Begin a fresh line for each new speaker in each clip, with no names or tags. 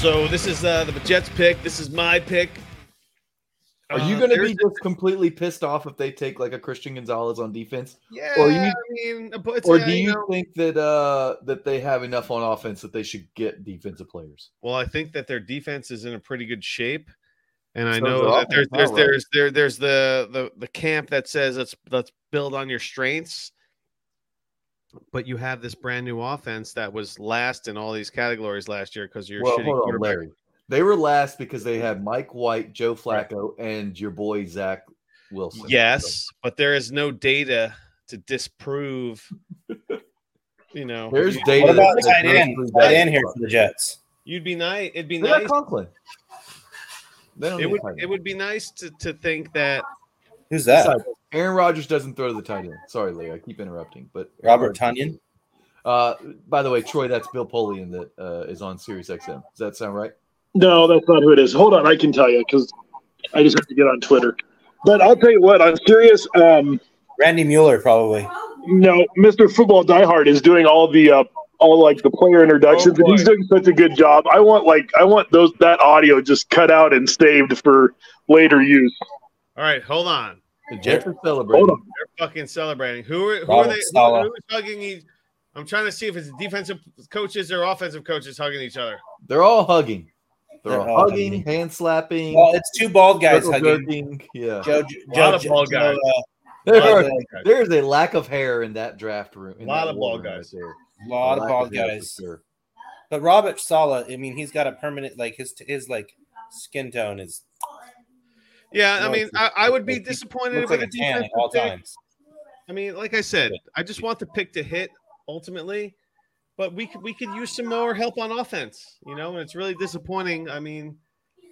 So this is uh, the Jets pick. This is my pick.
Are
Uh,
you going to
there's-
be just completely pissed off if they take like a Christian Gonzalez on defense,
Yeah,
or you-
I mean, but it's,
or
uh,
do
you
you
know-
think that uh that they have enough on offense that they should get defensive players?
Well, I think that their defense is in a pretty good shape, and I
So
know
is the
that there's
offense,
there's
all right.
there's there, there's the, the the camp that says let's let's build on your strengths, but you have this brand new offense that was last in all these categories last year because you're
well,
shitty
hold on,
quarterback.
Larry. They were last because they had Mike White, Joe Flacco, and your boy Zach Wilson.
Yes, but there is no data to disprove. You know,
So there's
you-
data.
What about
that says
tight
those
end?
three
Tight
guys
end here
suck.
for the Jets.
you'd be nice. It'd be
They got
nice.
Conklin. They don't
It
need
would
tight end.
it would be nice to to think that
Who's that?
Sorry, Aaron Rodgers doesn't throw to the tight end. Sorry, Larry. I keep interrupting, but
Robert Tunyon.
Uh, by the way, Troy, that's Bill Polian that uh, is on Sirius XM. Does that sound right?
No, that's not who it is. Hold on, I can tell you because I just have to get on Twitter. But I'll tell you what, I'm serious. Um,
Randy Mueller, probably.
no, Mr. Football Diehard is doing all the uh, all like the player introductions,
Oh,
and he's
boy.
doing such a good job. I want like I want those that audio just cut out and saved for later use.
all right, hold on.
The Jets are celebrating.
Hold on,
They're fucking celebrating. Who are who
Robert
are they? Who,
Saleh.
who is hugging each? I'm trying to see if it's defensive coaches or offensive coaches hugging each other.
They're all hugging. They're,
They're
all
all
hugging,
hugging.
hand slapping,
Well, it's two bald guys
circle
hugging.
jerking. Yeah,
Joe, uh,
A lot of bald guys.
there
lot
are,
of guys.
there is a lack of hair in that draft room. in
Lot
that
of ball
room right
guys.
there.
a lot of
Lack
bald
hair for
guys.
sure.
But Robert Sala, I mean, he's got a permanent like his his like skin tone is
Yeah, I
No,
mean,
it's-
I, I would be
looks like-
disappointed
looks
if
like
like
a tan at all times.
I mean, like I said, I just want the pick to hit ultimately, but we could we could use some more help on offense, you know. And it's really disappointing. I mean,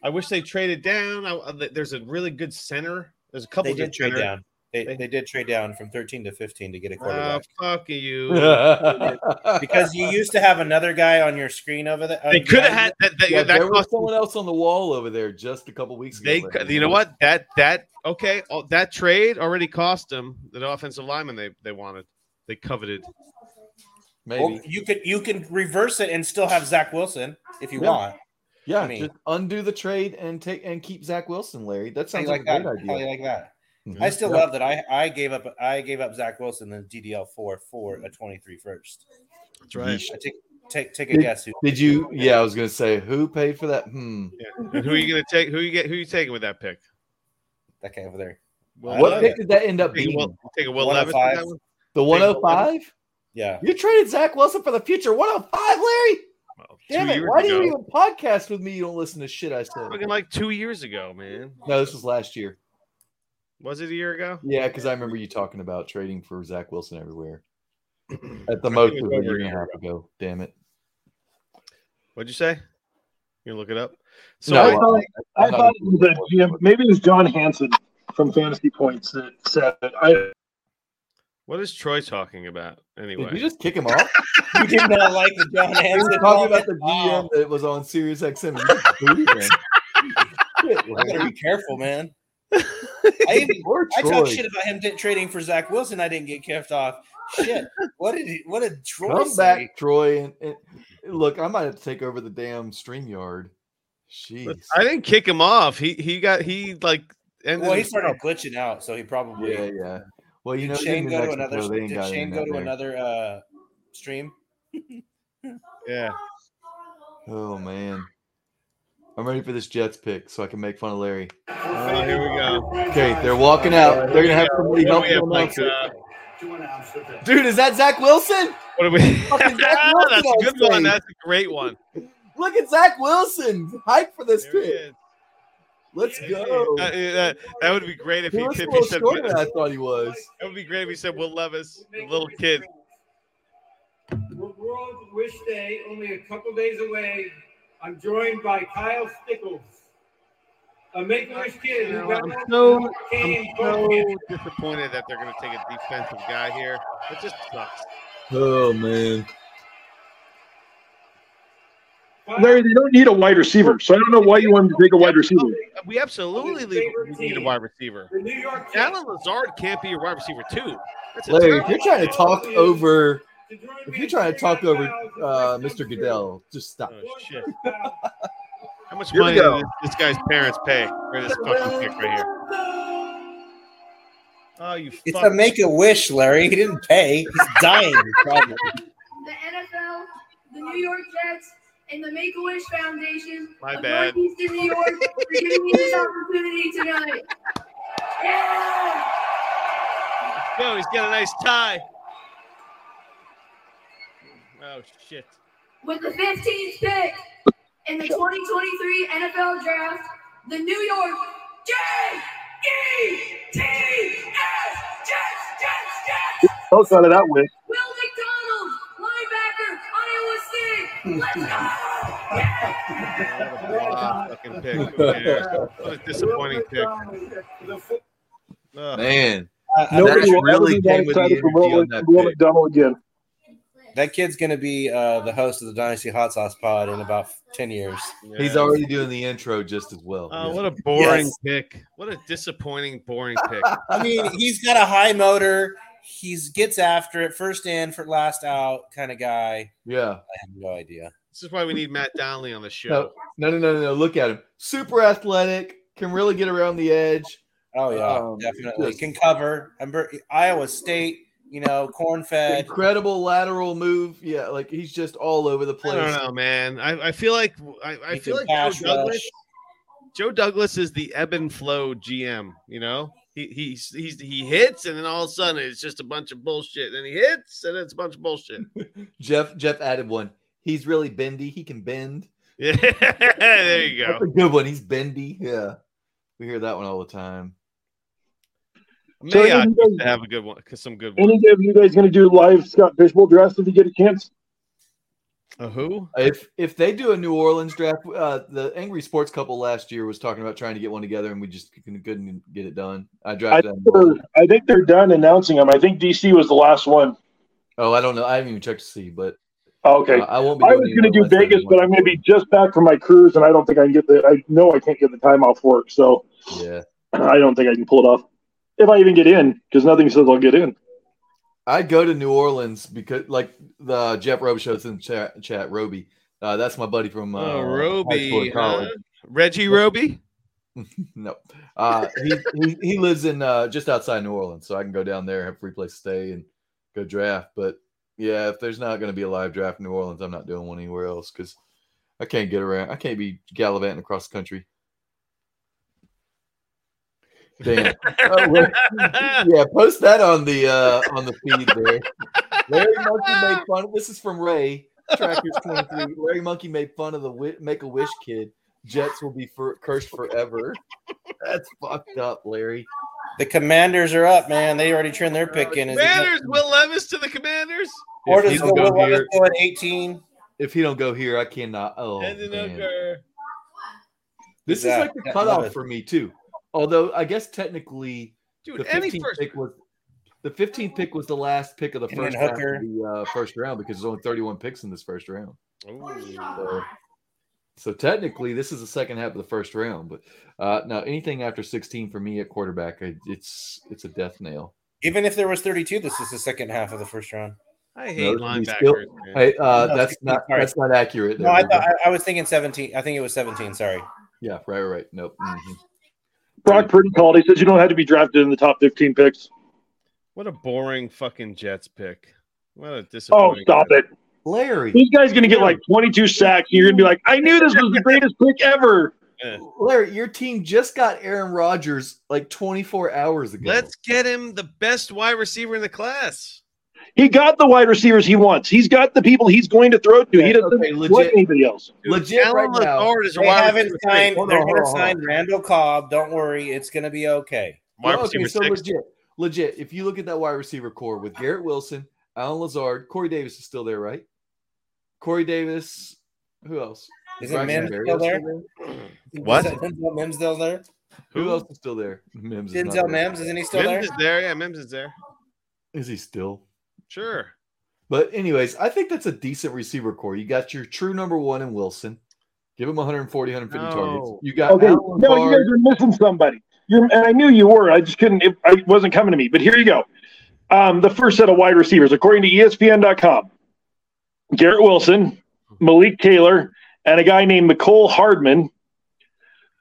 I wish they traded down. I, I- there's a really good center. There's a couple
They
good
did trade
center.
down. They,
They-
they did trade down from 13 to 15 to get a
Oh,
quarterback
fuck you.
Uh,
because you used to have another guy on your screen over uh, there.
they could have had that. that,
yeah,
that
there was
cost
someone else on the wall over there just a couple weeks ago.
They,
Larry.
you know what? That that okay. oh, That trade already cost them the offensive lineman they they wanted, they coveted.
Maybe.
you could you can reverse it and still have Zach Wilson if you
Yeah.
want.
Yeah,
I mean-
just undo the trade and take and keep Zach Wilson, Larry. That sounds
Something
like,
like
a
that.
great
Probably
idea.
like that.
Mhm.
I still
Yeah.
love that I I gave up I gave up Zach Wilson the DDL four for a 23 first.
That's
I take take take a guess who
Did you? Yeah, I was gonna say who paid for that. Hmm.
And who are you gonna take? Who you get? Who you taking with that pick?
that guy over there.
Will
I
What
don't
Levis?
pick did that end up
Taking
being?
Will, taking Will Levis.
105.
with that one?
the 105?
Yeah.
You traded Zach Wilson for the future 105, Larry.
Well,
Damn
two
it!
years
Why do you
ago.
even podcast with me? You don't listen to shit I said.
Fucking like two years ago, man.
No, this was last year.
Was it a year ago?
Yeah, because I remember you talking about trading for Zach Wilson everywhere.
What'd
At the
I think
most,
it
it
was
was a
over
year
a
and a
year
half ago. Damn it!
you say? You look it up. So
No,
I-
I thought-
I'm
Oh, I
not
thought
a-
it was a GM, maybe it was John Hansen from Fantasy Points that said it. I
what is Troy talking about
Did
anyway?
you just kick him off?
You did not like the John
We
Hansen.
were talking about the
comment?
GM that was on Sirius XM. You just booted him. Shit,
Oh, I
Larry.
gotta be careful, man. I even
Poor
I
Troy.
talked shit about him di- trading for Zach Wilson. I didn't get kicked off. Shit. What did he, what did Troy
Come
say?
back, Troy. And, and look, I might have to take over the damn StreamYard. Jeez.
I didn't kick him off. He he got he like ended.
Well, he
his-
started glitching out, so he probably
yeah, yeah. Well, you
did
know,
Shane
they're
go
in
to
New
another
Mexico, they ain't
did
got
Shane
internet
go to
there.
another uh stream?
Yeah.
Oh man. I'm ready for this Jets pick so I can make fun of Larry.
Oh, here we go.
Okay, they're walking out. They're gonna have somebody
What
help
do we have,
them
like,
out.
uh,
uh,
Dude, is that Zach Wilson?
what do we?
Fucking Zach Wilson
That's a good
on
one.
stage.
That's a great one.
Look at Zach Wilson. Hype for this
There he
pick.
is.
Let's
Yeah,
go.
That, that- that would be great if
He
he,
was a
if he
little
said.
shorter than I thought he was.
That would be great if he said Will Levis, the little kid.
World Wish Day, only a couple days away. I'm joined by Kyle Stickles, a Make-A-Wish kid who got
I'm so-
came
I'm
from
so disappointed that they're going to take a defensive guy here. It just sucks.
Oh man.
Larry, they don't need a wide receiver, so I don't know why you want him to take a wide receiver.
We absolutely need- we need a wide receiver.
the New York Jets.
Alan Lazard can't be a wide receiver too. That's a
Larry, if
terrible-
you're trying to talk over
To join
if
me
you're
in
trying to talk over
39,000
uh,
first
Mr.
come
Goodell, just stop.
Oh, shit. How much
Here we
money did
go.
this, this guy's parents pay for this fucking pick right here? Oh, you
It's
fuck.
a make a wish, Larry. He didn't pay. He's dying. probably.
the NFL, the New York Jets, and the Make a Wish Foundation
My
of
bad.
Northeastern New York for giving me this opportunity tonight. Yeah!
Yo, he's got a nice tie. Oh shit.
With the 15th pick in the 2023 NFL Draft, the New York Jets! E-T-S! Jets! Jets! Jets!
Both out of that win.
Will McDonald, linebacker, Iowa State! Let's go! Yeah!
What a wild fucking pick. Who cares? What a disappointing pick. Ugh.
Man,
I- I-
Nobody-
that,
That's really came with the
for
energy
Will,
on that
Will
pick.
McDonald again.
kid's gonna be uh, the host of the Dynasty Hot Sauce Pod in about ten years.
he's
Yeah.
already doing the intro just as well.
Oh,
Yeah.
what a boring
Yes.
pick. What a disappointing, boring pick.
I mean, he's got a high motor. He's gets after it, first in for last out kind of guy.
yeah.
I have no idea.
This is why we need Matt Donnelly on the show.
No, no, no, no, no. Look at him. Super athletic. Can really get around the edge.
Oh yeah,
Um,
definitely
just-
can cover. And Bur- Iowa State, you know, corn fed.
Incredible lateral move. Yeah, like he's just all over the
I
place.
don't know, man. I, I feel like I, I
he
feel
can
like Joe
pass
Douglas,
rush.
Joe Douglas is the ebb and flow GM. You know, he he's, he's he hits, and then all of a sudden it's just a bunch of bullshit. And he hits, and it's a bunch of bullshit.
Jeff Jeff added one. He's really bendy. He can bend.
Yeah, there you go.
That's a good one. He's bendy. Yeah. We hear that one all the time.
So
Mayock
any, of
used
you
to
guys,
have a good one, some good ones.
any of you guys going to do live Scott Fishbowl drafts if you get a chance?
A who?
If if they do a New Orleans draft, uh, the Angry Sports Couple last year was talking about trying to get one together, and we just couldn't, couldn't get it done. I
I
drafted.
think, they're, I think they're done announcing them. I think DC was the last one.
oh, I don't know. I haven't even checked to see, but
Oh, okay.
uh, I won't be.
I was going to do Vegas, but I'm going to be just back from my cruise, and I don't think I can get the. I know I can't get the time off work, so
be. Yeah,
I don't think I can pull it off. If I even get in, because nothing says I'll get in.
I'd go to New Orleans because, like the Jeff Robe shows in chat, chat Roby. Uh, that's my buddy from uh,
Oh,
high school
Roby,
and college.
huh? Reggie Roby.
No, uh, he, he he lives in uh, just outside New Orleans, so I can go down there, have a free place to stay, and go draft. But yeah, if there's not going to be a live draft in New Orleans, I'm not doing one anywhere else because I can't get around. I can't be gallivanting across the country. Damn. Oh, wait. yeah, post that on the uh, on the feed there. Larry Monkey made fun. This is from Ray Trackers twenty three. Larry Monkey made fun of the wi- Make a Wish kid. Jets will be for, cursed forever. That's fucked up, Larry.
The Commanders are up, man. They already turned their pick in. Is it-
Commanders. Will Levis to the Commanders.
Or
If he
does
don't
Will
go
Levis
here,
go at eighteen?
if he don't go here, I cannot. Oh,
Hendon
man.
Hooker.
this is
Yeah,
like the
yeah, love
cutoff
it.
for me too. Although I guess technically
Dude,
the
any
15th
first.
pick was the 15th pick was the last pick of the
And
first
then
round, of
Hooker.
the, uh, first round because there's only 31 picks in this first round.
Ooh.
So, so technically, this is the second half of the first round. But uh, now anything after 16 for me at quarterback, I, it's it's a death nail.
Even if there was thirty-two, this is the second half of the first round.
I hate
No, he's
linebackers.
still-
man.
Hey, uh,
No,
that's
16,
not
sorry.
that's not accurate.
No,
there,
I
Ruben.
thought I, I was thinking seventeen. I think it was seventeen. Sorry.
yeah, right, right, right. Nope. mhm.
Brock Purdy called. He says you don't have to be drafted in the top 15 picks.
What a boring fucking Jets pick. What a
Oh,
disappointing.
stop it!
Larry,
These guys going to get like 22 sacks. and You're going to be like, I knew this was the greatest pick ever.
Larry, your team just got Aaron Rodgers like 24 hours ago.
Let's get him the best wide receiver in the class.
He got the wide receivers he wants. He's got the people he's going to throw to. He
Okay,
doesn't
okay,
want
legit.
anybody else.
Dude,
Legit
Alan
right now,
Lazard is a
They
wide
haven't
receiver six.
signed.
Hold on,
They're
hold
going to
on, hold
sign Randall Cobb. Don't worry, it's going to be okay.
Wide
Well,
receiver
Oh, so
six.
legit, legit. If you look at that wide receiver core with Garrett Wilson, Alan Lazard, Corey Davis is still there, right? Corey Davis, who else?
Is
Braxton
it Mims
Berrios
still there?
What?
Is that Denzel Mims still there?
Who else is still there? Mims. is not
Denzel
there.
Mims, isn't he still
Mims
there?
is there. Yeah, Mims is there.
Is he still?
Sure.
But anyways, I think that's a decent receiver core. You got your true number one in Wilson. Give him 140, 150 targets.
No.
You got
Okay,
Uh, Alan
no, you guys
Lazard.
are missing somebody. You're, and I knew you were. I just couldn't. It, it wasn't coming to me. But here you go. Um, the first set of wide receivers, according to E ESPN.com, Garrett Wilson, Malik Taylor, and a guy named McCole Hardman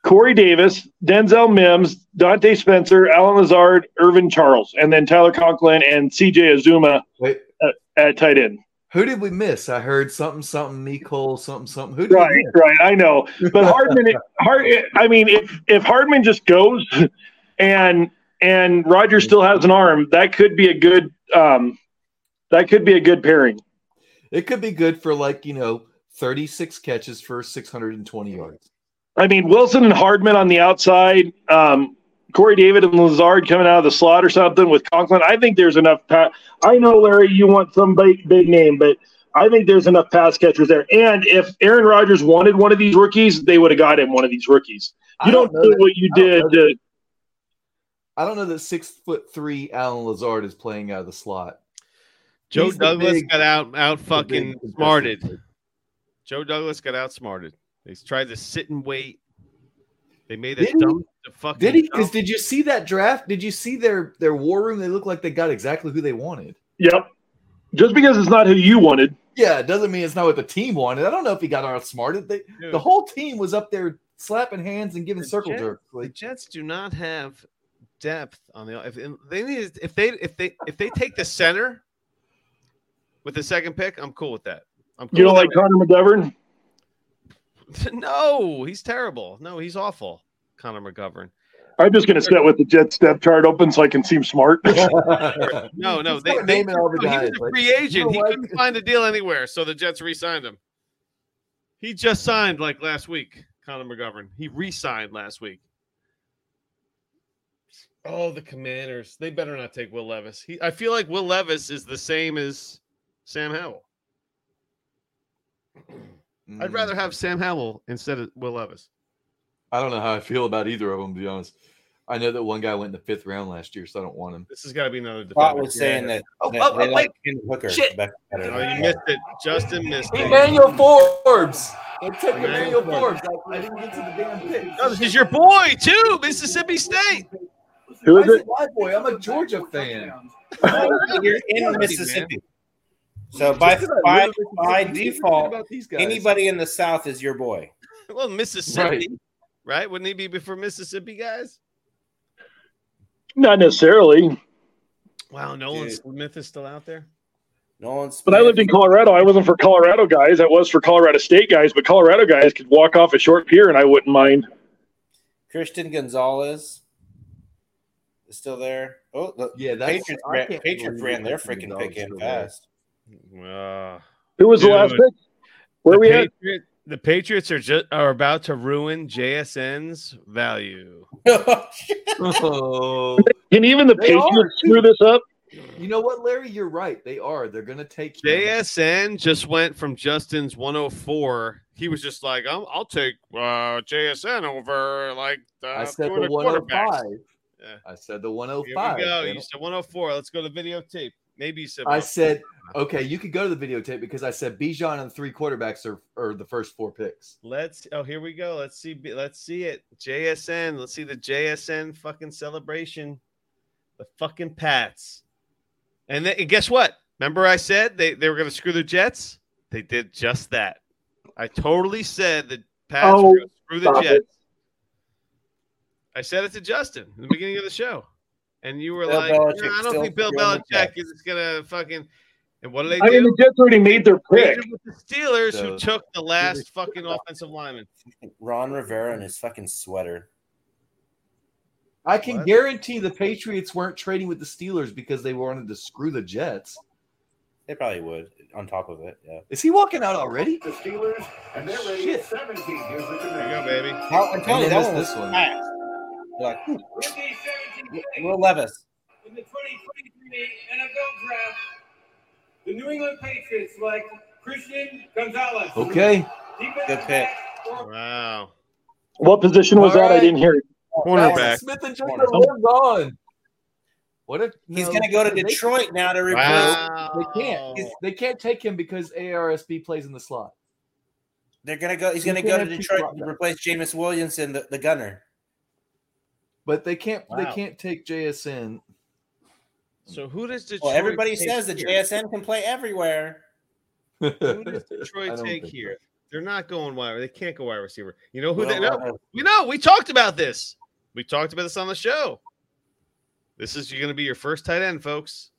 Corey Davis, Denzel Mims, Dante Spencer, Alan Lazard, Irvin Charles, and then Tyler Conklin and CJ Azuma
Wait.
at, at tight end.
Who did we miss? I heard something, something, Nicole, something, something. Who did
Right,
we miss?
right. I know, but Hardman, Hard, I mean, if if Hardman just goes and and Roger still has an arm, that could be a good um, that could be a good pairing.
It could be good for like, you know, 36 catches for 620 yards.
I mean, Wilson and Hardman on the outside, um, Corey David and Lazard coming out of the slot or something with Conklin. I think there's enough. Pa- I know, Larry, you want some big, big name, but I think there's enough pass catchers there. And if Aaron Rodgers wanted one of these rookies, they would have got him one of these rookies. You
I
don't,
don't
do
know that,
what you
I don't
did.
know
To,
I don't know that six foot three Alan Lazard is playing out of the slot.
Joe
He's the
Douglas
big-
got out out
He's a
fucking
big-
smarted. Joe Douglas got outsmarted. They tried to sit and wait. They made a
Did he?
dumb the fucking
Did he?
dumb-
Because did you see that draft? Did you see their their war room? They look like they got exactly who they wanted.
yep. Just because it's not who you wanted.
Yeah, it doesn't mean it's not what the team wanted. I don't know if he got outsmarted. They,
Dude,
the whole team was up there slapping hands and giving
The
circle
Jets-
jerks.
the
Like,
Jets do not have depth on the if if they need if they if they if they take the center with the second pick, I'm cool with that. I'm cool
You don't
with
like Connor McGovern?
that. No, he's terrible. No, he's awful. Connor McGovern.
I'm just going to set with the Jet step chart open so I can seem smart.
No, no,
Just
they,
start
they-
naming all the
no, he
guys.
was a
like,
free agent.
know
he
what?
couldn't find a deal anywhere, so the Jets re-signed him. He just signed like last week, Connor McGovern. He re-signed last week. Oh, the Commanders! They better not take Will Levis. He, I feel like Will Levis is the same as Sam Howell. I'd
mm,
rather have Sam Howell instead of Will Levis.
I don't know how I feel about either of them. To be honest, I know that one guy went in the fifth round last year, so I don't want him.
This has got to be another.
Scott
defender.
was saying that,
Oh,
that
oh,
they
oh,
like Ken Hooker.
Shit.
back better.
Oh, you missed it. Justin missed it.
Emmanuel Forbes. They took
Emmanuel
Emmanuel Forbes. I, I didn't get to the damn pick.
No, this is your boy too, Mississippi State.
Who
Why
is
is
it?
it my boy? I'm a Georgia fan.
Oh, You're in Mississippi. So by by by default,
About these guys.
anybody in the South is your boy.
Well, Mississippi, right? Wouldn't he be before Mississippi guys?
Not necessarily.
Wow, Nolan
Dude.
Smith is still out there.
Nolan
But I lived in
Smith.
Colorado. I wasn't for Colorado guys. I was for Colorado State guys. But Colorado guys could walk off a short pier, and I wouldn't mind.
Christian Gonzalez is still there. Oh, the
Yeah, that's
Patriots,
I
ran,
can't
Patriots
believe
ran their freaking
Christian Gonzalez
pick in
still there.
fast.
Who was the last
Dude.
pick? Where
the,
we at?
Patriot- the Patriots are just are about to ruin JSN's value.
Oh,
Can even the
They are,
Patriots
too.
screw this up?
you know what, Larry? You're right. They are. They're gonna take him.
JSN just went from Justin's 104. He was just like, I'll, I'll take uh, JSN over like uh,
I said
two of
the
quarterbacks."
105.
Yeah.
I said the
Here
105.
we go.
man.
You said 104. Let's go to videotape. Maybe you said
I said, okay, you could go to the videotape because I said Bijan and the three quarterbacks are, are the first four picks.
Let's oh here we go. Let's see let's see it. JSN. Let's see the JSN fucking celebration. The fucking Pats. And, then, and guess what? Remember I said they, they were gonna screw the Jets? They did just that. I totally said the Pats
Oh,
were gonna screw the
stop it.
Jets. I said it to Justin in the beginning of the show. And you were
Bill
like,
Belichick
"No, I
still
don't think Bill
screwing the
Belichick
Jets."
is gonna fucking and what do they
I mean,
do?
the Jets already made their pick.
Traded with the Steelers who
So-
took the last fucking offensive lineman.
Ron Rivera in his fucking sweater.
I can
What?
guarantee the Patriots weren't trading with the Steelers because they wanted to screw the Jets.
They probably would. On top of it, yeah.
Is he walking out already?
The Steelers, and they're ready at 17. Here's the
There you go,
command.
baby.
How, I'm telling you,
And
that
they
one was
missed this one.
fast. Like, hmm,
With the 17 pick
Will Levis.
in the 2023 NFL Draft, the New England Patriots select Christian Gonzalez.
Okay.
Defensive
Good pick.
back for
Wow.
What position was
All
that? I
right.
didn't hear it.
Oh,
Cornerback.
Smith and Jigba
Cornerback.
lives on. What if
He's
no,
going to go to
they-
Detroit now to replace.
They can't.
Wow.
They can't take him because ARSB plays in the slot.
They're going to go. He's
You
going to
can
go to
have two
Detroit to
quarterbacks.
replace Jameis Williamson, the, the gunner.
But they can't. They
Wow.
can't take JSN.
So who does Detroit?
Well, everybody
take
says that
here?
JSN can play everywhere.
Who does
I
Detroit
don't
take
think
here? They're not going wide. They can't go wide receiver. You know who they
uh,
know? We know. We talked about this. We talked about this on the show. This is going to be your first tight end, folks.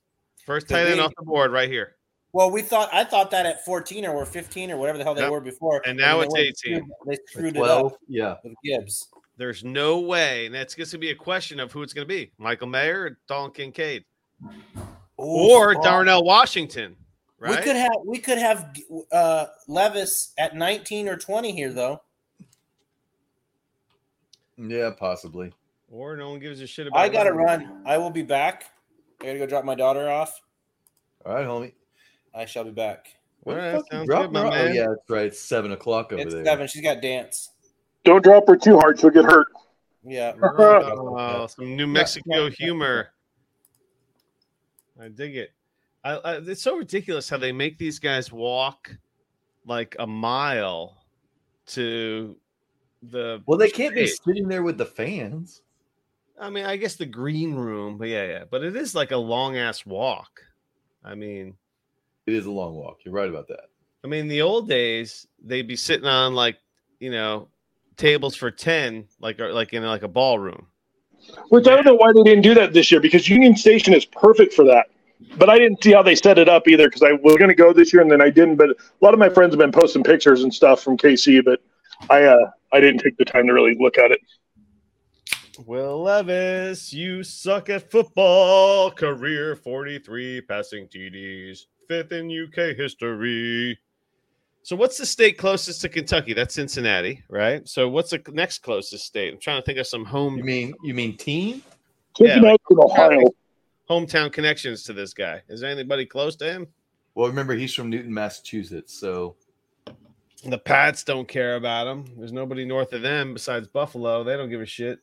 First
Could
tight end
be.
off the board right here.
Well, we thought I thought that at 14 or 15 or whatever the hell they
Yep.
were before,
And now
they
it's
went-
18.
They screwed it up
Twelve. Yeah.
with Gibbs.
There's no way, and that's going to be a question of who it's going to be: Michael Mayer, or Dalton Kincaid,
Ooh,
or
fuck.
Darnell Washington. Right?
We could have we could have uh, Levis at 19 or 20 here though.
Yeah, possibly.
or no one gives a shit about.
I gotta
him.
run. I will be back. I gotta go drop my daughter off.
All right, homie.
I shall be back.
All
Where the
right,
fuck you
sounds good,
dropping
my
her- Oh
man.
yeah, that's right. It's seven o'clock over
it's
there.
seven. She's got dance.
Don't drop her too hard; she'll get hurt.
Yeah.
Oh, some New Mexico
yeah.
humor. I dig it. I, I, it's so ridiculous how they make these guys walk like a mile to the.
Well, they can't be
Hey.
sitting there with the fans.
I mean, I guess the green room, but yeah, yeah. But it is like a long ass walk. I mean,
It is a long walk. You're right about that.
I mean, the old days they'd be sitting on like you know tables for ten, like or, like in like a ballroom.
Which I don't know why they didn't do that this year because Union Station is perfect for that. But I didn't see how they set it up either because I was going to go this year and then I didn't. But a lot of my friends have been posting pictures and stuff from KC, but I uh, I didn't take the time to really look at it.
Will Levis, you suck at football. Career 43 passing TDs, fifth in UK history. So, what's the state closest to Kentucky? That's Cincinnati, right? So, what's the next closest state? I'm trying to think of some
You
home
mean you mean team?
Yeah,
Cincinnati and Ohio.
hometown connections to this guy. Is there anybody close to him?
Well, remember he's from Newton, Massachusetts, so
The Pats don't care about him. There's nobody north of them besides Buffalo. They don't give a shit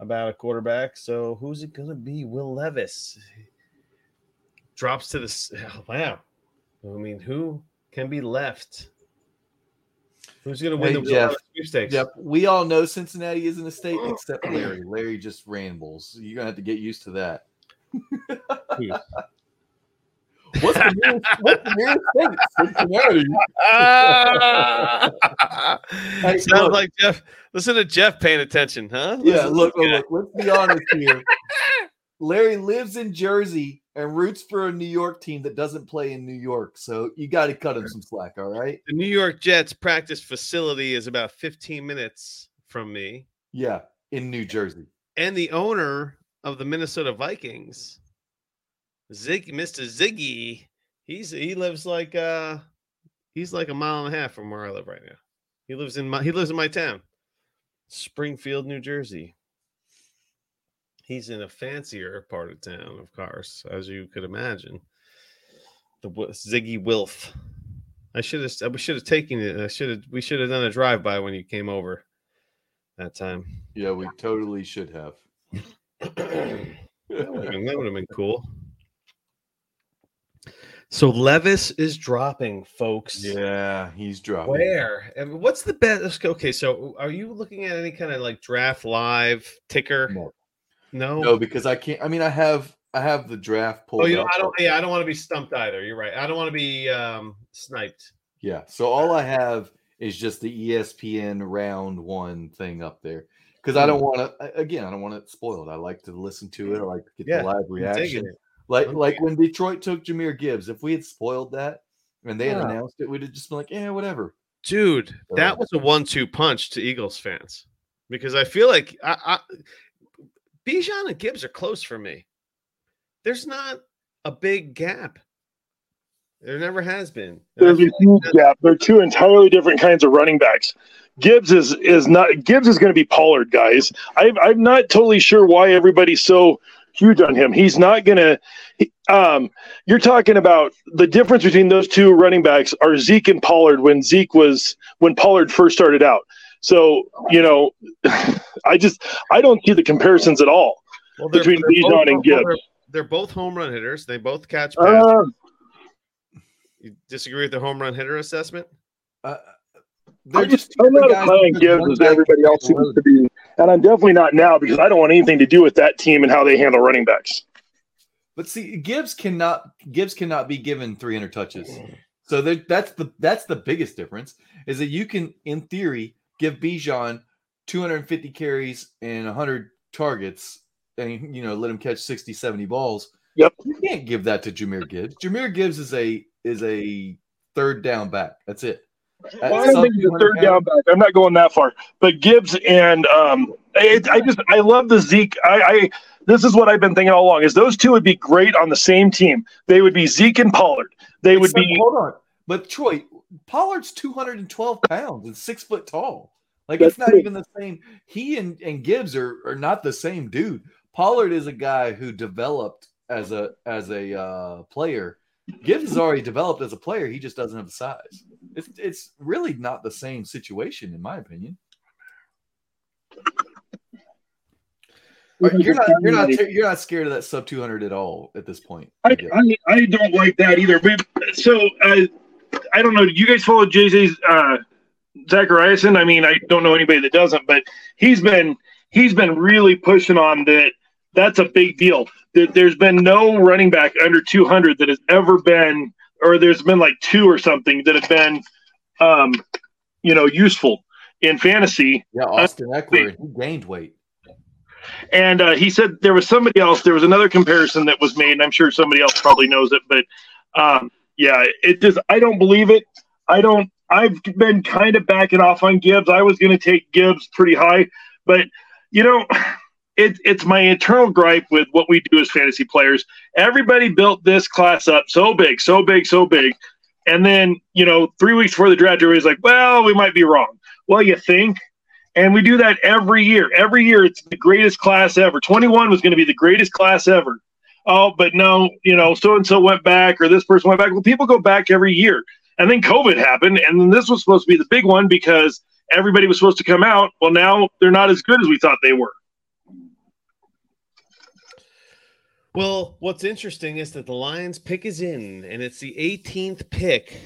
about a quarterback. So who's it gonna be? Will Levis drops to the s- oh, wow. I mean, who can be left? Who's gonna win
Hey,
the Will
Jeff.
Levis sweepstakes?
Yep. Oh, We all know Cincinnati isn't a state except Larry. Larry just rambles. You're gonna have to get used to that. what's, the nearest, what's the nearest state? Cincinnati.
Ah!
Hey,
Sounds
look.
like Jeff. Listen to Jeff paying attention, huh?
Yeah,
Listen to
look, oh,
this guy.
look, look, let's be honest here. Larry lives in Jersey and roots for a New York team that doesn't play in New York. So you got to cut him some slack, all right?
The New York Jets practice facility is about 15 minutes from me.
Yeah, in New Jersey.
and the owner of the Minnesota Vikings, Zig Mr. Ziggy, he's he lives like uh he's like a mile and a half from where I live right now. He lives in my he lives in my town, Springfield, New Jersey. He's in a fancier part of town, of course, as you could imagine. The Wi- Ziggy Wilf. I should have I should have taken it. I should have we should have done a drive by when you came over that time.
Yeah, we totally should have.
That would have been, that would've been cool. So Levis is dropping, folks.
yeah, he's dropping.
Where? And what's the best? Okay, so are you looking at any kind of like draft live ticker?
No.
No.
No, because I can't. I mean, I have I have the draft pulled.
oh, you know,
up.
I don't. Yeah, I don't want to be stumped either. You're right. I don't want to be um, sniped.
Yeah. So all I have is just the E ESPN round one thing up there because I don't
Mm.
want to. Again, I don't want it spoiled. I like to listen to it. I like to get
Yeah,
the live
I'm digging
reaction.
it. Oh,
Like
I'm
like
digging
when Detroit took Jameer Gibbs. If we had spoiled that and they had
Yeah.
announced it, we'd have just been like, yeah, whatever.
Dude,
Uh,
that was a one-two punch to Eagles fans because I feel like I, I Bijan and Gibbs are close for me. There's not a big gap. There never has been. And I
There's a
feel
huge
that-
gap. They're two entirely different kinds of running backs. Gibbs is is not Gibbs is going to be Pollard, guys. I, I'm not totally sure why everybody's so huge on him. He's not going to. Um, you're talking about the difference between those two running backs are Zeke and Pollard when Zeke was when Pollard first started out. So you know, I just I don't see the comparisons at all.
well, they're-
between
they're both
Bijan and
home-
Gibbs.
They're, they're both home run hitters. They both catch passes.
Uh,
you disagree with the home run hitter assessment?
Uh, they're
I'm just
two
I'm
of
not
the guys who
applying
just
Gibbs
run
as
back
everybody
and
else seems
load.
to be, and I'm definitely not now because I don't want anything to do with that team and how they handle running backs.
But see, Gibbs cannot Gibbs cannot be given 300 touches. So there- that's the that's the biggest difference is that you can, in theory, give Bijan 250 carries and 100 targets, and you know let him catch 60, 70 balls.
Yep.
You can't give that to Jameer Gibbs. Jameer Gibbs is a is a third down back. That's it. At
Well, I don't
sub
think he's a
200
third
pounds,
down back. I'm not going that far. But Gibbs and um, it, I just I love the Zeke. I, I this is what I've been thinking all along: is those two would be great on the same team. They would be Zeke and Pollard. They would
Except-
be.
Hold on, but Troy Pollard's 212 pounds and six foot tall. Like
That's
it's not
true.
even the same. He and, and Gibbs are, are not the same dude. Pollard is a guy who developed as a as a uh, player. Gibbs has already developed as a player. He just doesn't have the size. It's it's really not the same situation, in my opinion. You're not you're not you're not scared of that sub 200 at all at this point. I
I,
guess.
I, I don't like that either. But so uh, I don't know. Do you guys follow Jay Z's uh, Zachariasen? I mean, I don't know anybody that doesn't, but he's been he's been really pushing on that. That's a big deal. That there's been no running back under 200 that has ever been, or there's been like two or something that have been, um, you know, useful in fantasy.
Yeah, Austin Eckler he gained weight.
And uh, he said there was somebody else. There was another comparison that was made, and I'm sure somebody else probably knows it. But um, yeah, it just I don't believe it. I don't. I've been kind of backing off on Gibbs. I was going to take Gibbs pretty high, but you know, it, it's my internal gripe with what we do as fantasy players. Everybody built this class up so big, so big, so big, and then you know, three weeks before the draft, everybody's like, "Well, we might be wrong." Well, you think. And we do that every year. Every year, it's the greatest class ever. 21 was going to be the greatest class ever. Oh, but no, you know, so and so went back or this person went back. Well, people go back every year. And then COVID happened. And then this was supposed to be the big one because everybody was supposed to come out. Well, now they're not as good as we thought they were.
Well, what's interesting is that the Lions pick is in, and it's the 18th pick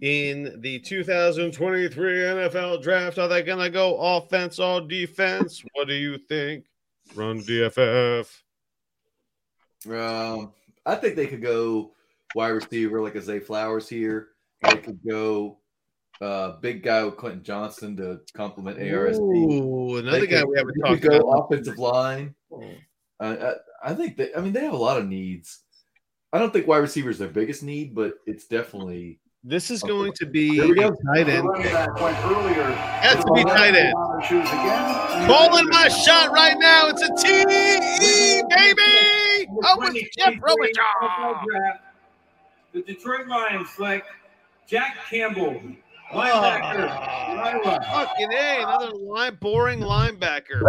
in the 2023 NFL draft. Are they going to go offense or defense? What do you think? Run DFF.
Um, I think they could go wide receiver like a Zay Flowers here. They could go uh, big guy with Clinton Johnson to complement ARSD.
Ooh,
They
another guy
could-
we haven't
they
talked
could go
about.
offensive line. I, I, I think they. I mean, they have a lot of needs. I don't think wide receiver is their biggest need, but it's definitely
This is
Okay.
going to be
There we go.
a tight end.
Running back went earlier.
Has to be tight end.
Shoes again.
Calling my shot right now. It's a TE, baby. I was Jeff
2023
Robichaud.
NFL draft, The Detroit Lions select Jack Campbell, linebacker,
Ah.
Oh,
Ah.
Iowa.
fucking A, another line, boring linebacker.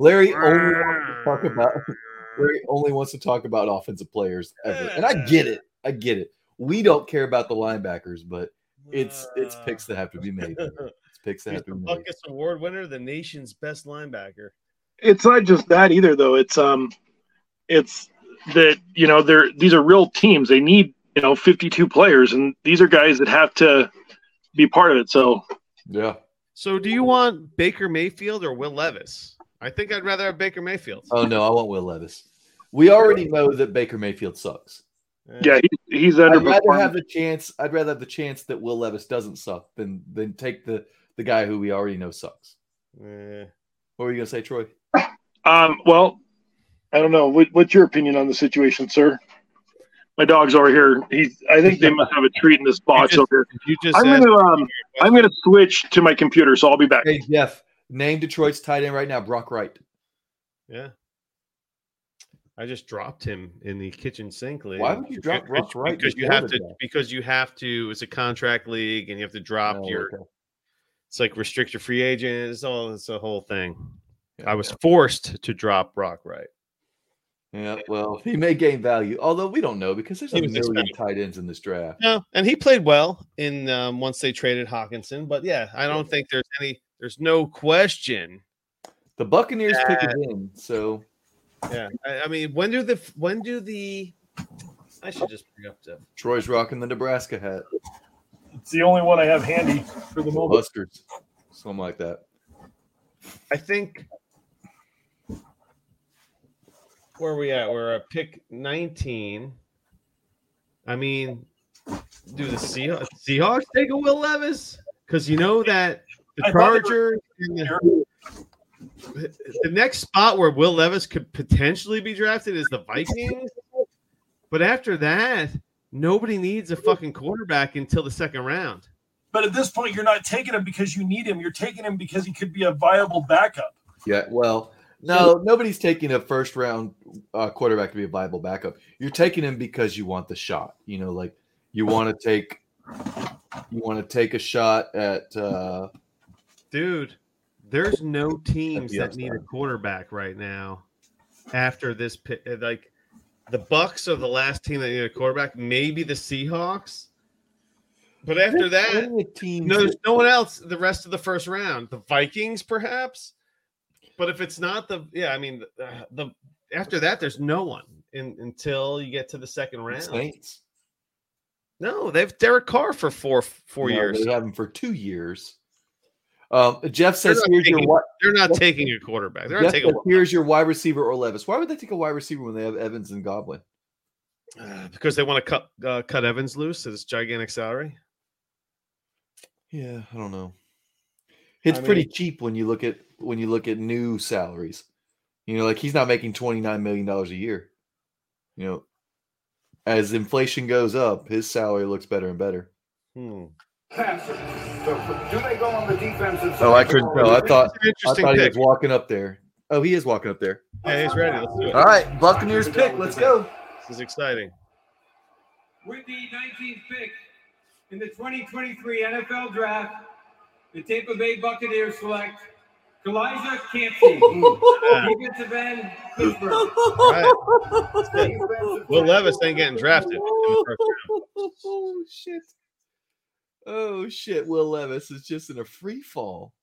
Larry only wants to
Mm.
talk about. Larry only wants to talk about offensive players ever, and I get it. I get it. We don't care about the linebackers, but it's it's picks that have to be made. It's picks that
He's
have
the
to be made.
Buckus Award winner, the nation's best linebacker.
it's not just that either though it's um it's that you know they're these are real teams they need you know 52 players and these are guys that have to be part of it so
Yeah.
So, do you want Baker Mayfield or Will Levis? I think I'd rather have Baker Mayfield.
Oh no, I want Will Levis. We already know that Baker Mayfield sucks. Eh,
yeah he, he's
I'd rather
underperforming
have the chance. I'd rather have the chance that Will Levis doesn't suck than than take the the guy who we already know sucks.
Eh.
What were you gonna say, Troy?
um well i don't know what, what's your opinion on the situation sir my dog's over here he's i think they must have a treat in this box
just-
over
You
here
just
i'm
asked-
gonna um i'm gonna switch to my computer so i'll be back
Hey Jeff, name Detroit's tight end right now, Brock Wright.
yeah. I just dropped him in the kitchen sink. League.
Why would you drop
Because-
Brock Wright
Because
to
you
the
have to.
other guy?
Because you have to. It's a contract league, and you have to drop
Oh,
your.
okay.
It's like restrict your free agent. It's all. It's a whole thing.
Yeah,
I was forced to drop Brock Wright.
Yeah, well, he may gain value, although we don't know because there's a
He was
million
expensive.
tight ends in this draft.
No, and he played well in um, once they traded Hawkinson. But yeah, I don't think there's any. There's no question.
The Buccaneers pick it in, so
Yeah, I, I mean, when do the when do the? I should just bring up the.
Troy's rocking the Nebraska hat,
it's the only one i have handy for the moment
Busters, something like that.
I think. Where are we at? We're at pick nineteen. I mean, Do the Seahawks, Seahawks take a Will Levis? Because you know that the
I thought they
Chargers and the, the next spot where Will Levis could potentially be drafted is the Vikings. But after that, nobody needs a fucking quarterback until the second round.
But at this point, you're not taking him because you need him. You're taking him because he could be a viable backup.
Yeah, well, no, nobody's taking a first round uh, quarterback to be a viable backup. You're taking him because you want the shot. You know, like you want to take you want to take a shot at uh
Dude, there's no teams
the
that need a
upside.
quarterback right now. After this, pi- eh, like the Bucks are the last team that need a quarterback. Maybe the Seahawks, but after that,
plenty of teams
no,
that-
there's no one else. The rest of the first round, the Vikings, perhaps. But if it's not the, yeah, I mean, the, uh, the after that, there's no one in, until you get to the second round.
Saints.
No, they've Derek Carr for four four
No,
years.
They have him for two years. Um, Jeff says,
not
"Here's your
taking-
wi-
They're not taking a quarterback. They're not
Jeff
taking.
says, here's your wide receiver or Levis." Why would they take a wide receiver when they have Evans and Goblin?
Uh, because they want to cut uh, cut Evans loose at his gigantic salary.
Yeah, I don't know. It's
I
pretty cheap when you look at when you look at new salaries. You know, like he's not making twenty nine million dollars a year. You know, as inflation goes up, his salary looks better and better.
Hmm.
Pass. So, do they go on the defensive side?
Oh, I couldn't tell. I thought
It's an
I
interesting
thought he
pick.
was walking up there. Oh, he is walking up there.
Yeah, he's ready. Let's do it.
All right, Buccaneers pick. Let's go.
This is exciting.
With the 19th pick in the 2023 NFL Draft, the Tampa Bay Buccaneers select Kalijah Cansey, defensive end, Pittsburgh.
All right. Will Levis ain't getting drafted. in the first round.
Oh shit! Oh shit! Will Levis is just in a free fall.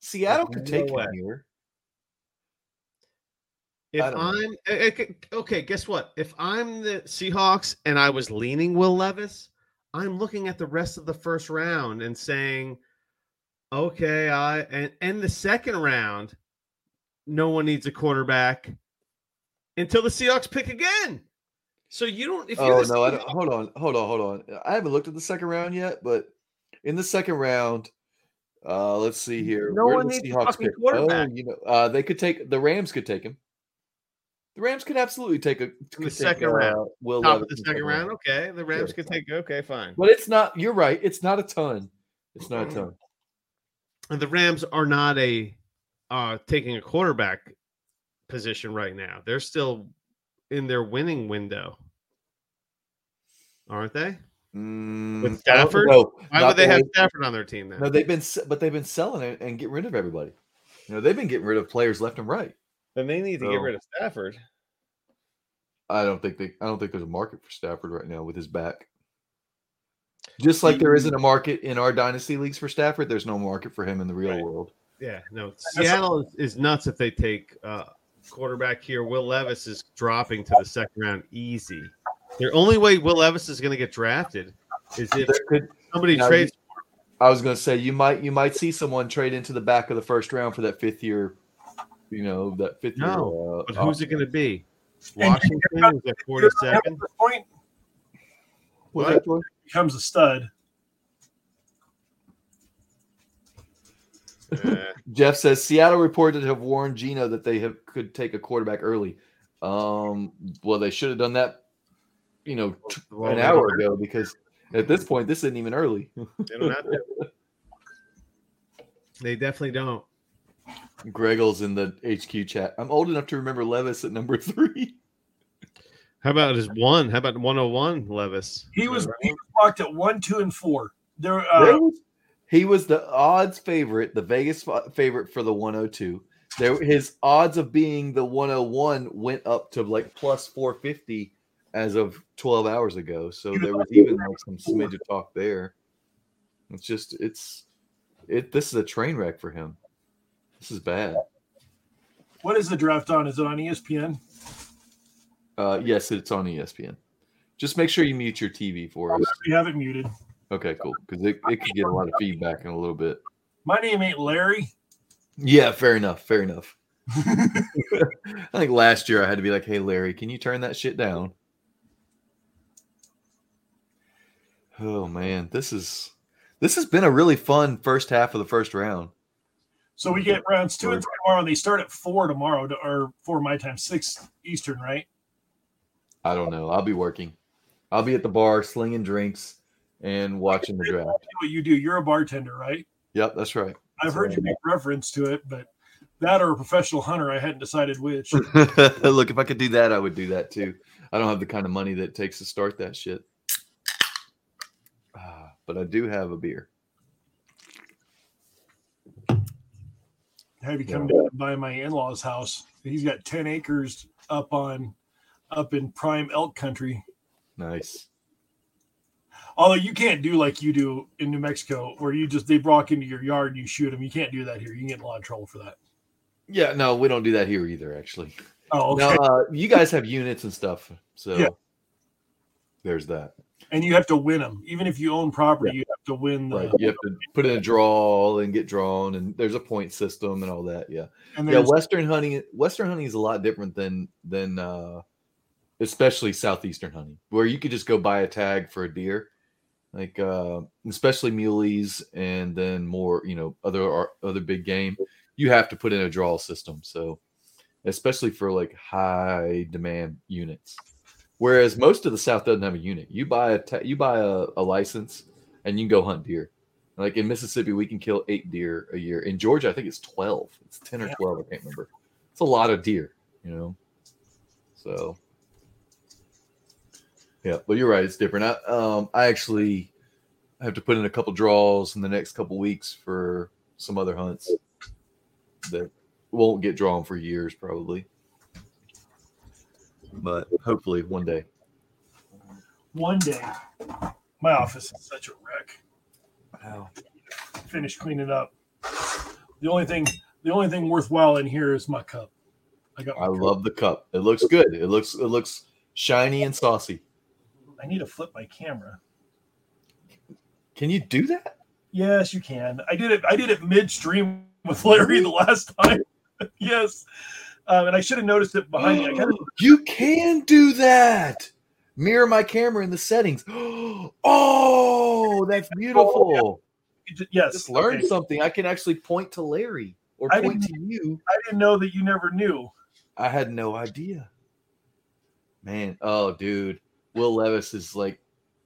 Seattle could
no
take
way.
him here.
If
I don't know.
I'm eh, eh, okay, guess what? If I'm the Seahawks and I was leaning Will Levis, I'm looking at the rest of the first round and saying, okay, I and and the second round, no one needs a quarterback until the Seahawks pick again. So you don't. If you're
Oh
the
no! I don't,
Seahawks-
hold on, hold on, hold on. I haven't looked at the second round yet, but in the second round, uh, let's see here.
No
Where
one
did the
needs a
Seahawks
fucking
pick?
quarterback.
Oh, you know, uh, they could take the Rams. Could take him. The Rams could absolutely take a could take,
second round.
uh, Will
top
Levis
of the
in
second round. Okay, the Rams
Sure.
could take. Okay, fine.
But it's not. You're right. It's not a ton. It's not a ton.
And the Rams are not a uh taking a quarterback position right now. They're still in their winning window, aren't they?
Mm, I don't
Stafford?
know.
Why
Not
would they
the
have
way-
Stafford on their team then?
No, they've been, s- but they've been selling it and getting rid of everybody. You know, they've been getting rid of players left and right.
then they need to get
No.
rid of Stafford.
I don't think they. I don't think there's a market for Stafford right now with his back. Just like there isn't a market in our dynasty leagues for Stafford, there's no market for him in the real
Right.
world.
Yeah, no. Seattle is, is nuts if they take uh quarterback here. Will Levis is dropping to the second round easy. The only way Will Levis is going to get drafted is if
There could-
somebody
Now, you-
trades
I was going to say you might you might see someone trade into the back of the first round for that fifth year, you know, that fifth year.
No,
uh,
But who's it
option.
going to be?
And-
Washington is at 47.
At this point,
What's
what?
that, Troy?
he becomes a stud.
Uh,
Jeff says Seattle reported to have warned Gino that they have, could take a quarterback early. Um, well, they should have done that, you know, t-
well,
an
they
hour
don't-
ago because at this point, this isn't even early.
They don't have to. They definitely don't.
Greggles in the HQ chat. I'm old enough to remember Levis at number three.
How about his one? How about 101 Levis?
He was, he was blocked at one, two, and four. There, uh,
There was- Um, he was the odds favorite, the Vegas fa- favorite for the 102. There, his odds of being the 101 went up to like plus 450 as of 12 hours ago. So there was even like some smidge of talk there. It's just it's it. This is a train wreck for him. This is bad.
what is the draft on? Is it on E ESPN?
Uh, yes, it's on ESPN. Just make sure you mute your TV for us.
We have it muted.
Okay, cool. Because it, it could get a lot of feedback in a little bit.
My name ain't Larry.
Yeah, fair enough. Fair enough. I think last year I had to be like, "Hey, Larry, can you turn that shit down?" Oh man, this is this has been a really fun first half of the first round.
So we get rounds two and three tomorrow. and They start at four tomorrow, to, or four my time, six Eastern, right?
I don't know. I'll be working. I'll be at the bar slinging drinks and watching the draft.
That's what you do. You're a bartender, right?
Yep, that's right.
I've heard you make reference to it, but that or a professional hunter, I hadn't decided which.
Look, if I could do that, I would do that too. I don't have the kind of money that it takes to start that shit. Ah, but I do have a beer.
Have you come down by my in-laws' house? He's got ten acres up on up in prime elk country.
Nice.
Although you can't do like you do in New Mexico, where you just they walk into your yard and you shoot them. You can't do that here. You can get in a lot of trouble for that.
Yeah, no, we don't do that here either, actually.
Oh, okay.
No, uh, you guys have units and stuff. So
Yeah.
there's that.
and you have to win them. Even if you own property, you have to win the.
Right. You have to put in a draw and get drawn, and there's a point system and all that. Yeah.
And
Yeah,
there's,
Western hunting Western hunting is a lot different than than uh especially southeastern hunting, where you could just go buy a tag for a deer, like uh especially muleys and then more, you know, other or other big game. You have to put in a draw system. So especially for like high demand units. Whereas most of the South doesn't have a unit. You buy a ta- you buy a, a license and you can go hunt deer. Like in Mississippi, we can kill eight deer a year. In Georgia, I think it's twelve. It's ten or twelve. I can't remember. It's a lot of deer, you know. So, yeah, but you're right. It's different. I um I actually have to put in a couple draws in the next couple weeks for some other hunts that won't get drawn for years probably. But hopefully one day.
one day, my office is such a wreck. Finish cleaning up. The only thing, the only thing worthwhile in here is my cup. I got. My
I
cup.
love the cup. It looks good. It looks it looks shiny and saucy.
I need to flip my camera.
Can you do that?
Yes, you can. I did it. I did it midstream with Larry the last time. yes, um, and I should have noticed it behind me. I kinda-
You can do that. Mirror my camera in the settings. Oh, that's beautiful.
yes,
Just learned
okay.
something. I can actually point to Larry or
I
point to you.
I didn't know that you never knew.
I had no idea. Man, oh dude, Will Levis is like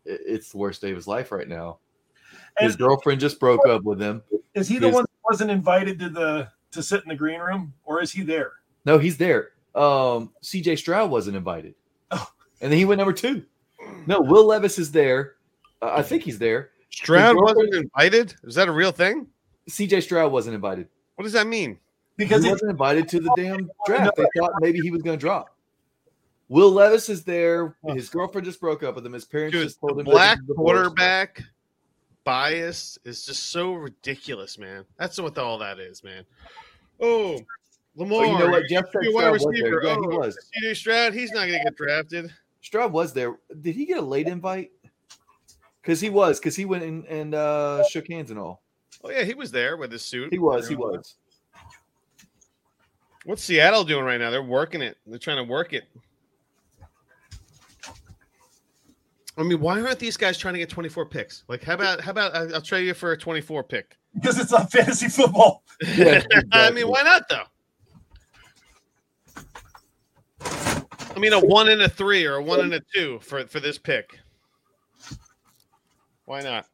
i- it's the worst day of his life right now. His
And-
girlfriend just broke up with him.
Is he the
Yes.
one that wasn't invited to the to sit in the green room, or is he there?
No, he's there. Um, CJ Stroud wasn't invited.
Oh.
And then he went number two. No, Will Levis is there. Uh, I think he's there.
Stroud
His girlfriend-
wasn't invited. Is that a real thing?
CJ Stroud wasn't invited.
What does that mean?
Because
he
he,
wasn't invited to the damn draft. They thought maybe he was going to drop. Will Levis is there. His girlfriend just broke up with him. His parents
Dude,
just
the
told him that
black
this is a divorce.
quarterback bias is just so ridiculous, man. That's what all that is, man. Oh, Lamar.
Oh, you know what? Jeff said
Your wide
Stroud was
receiver.
there. Yeah, he
oh,
was.
CJ Stroud. He's not going to get drafted.
Stroud was there. Did he get a late invite? Because he was, because he went in and uh, shook hands and all.
Oh yeah, he was there with his suit.
He was, he was.
What's Seattle doing right now? They're working it. They're trying to work it. I mean, why aren't these guys trying to get 24 picks? Like, how about how about I- I'll trade you for a 24 pick?
because it's not fantasy football.
Yes,
I mean, why not though? I mean, a one and a three or a one and a two for for this pick. Why not?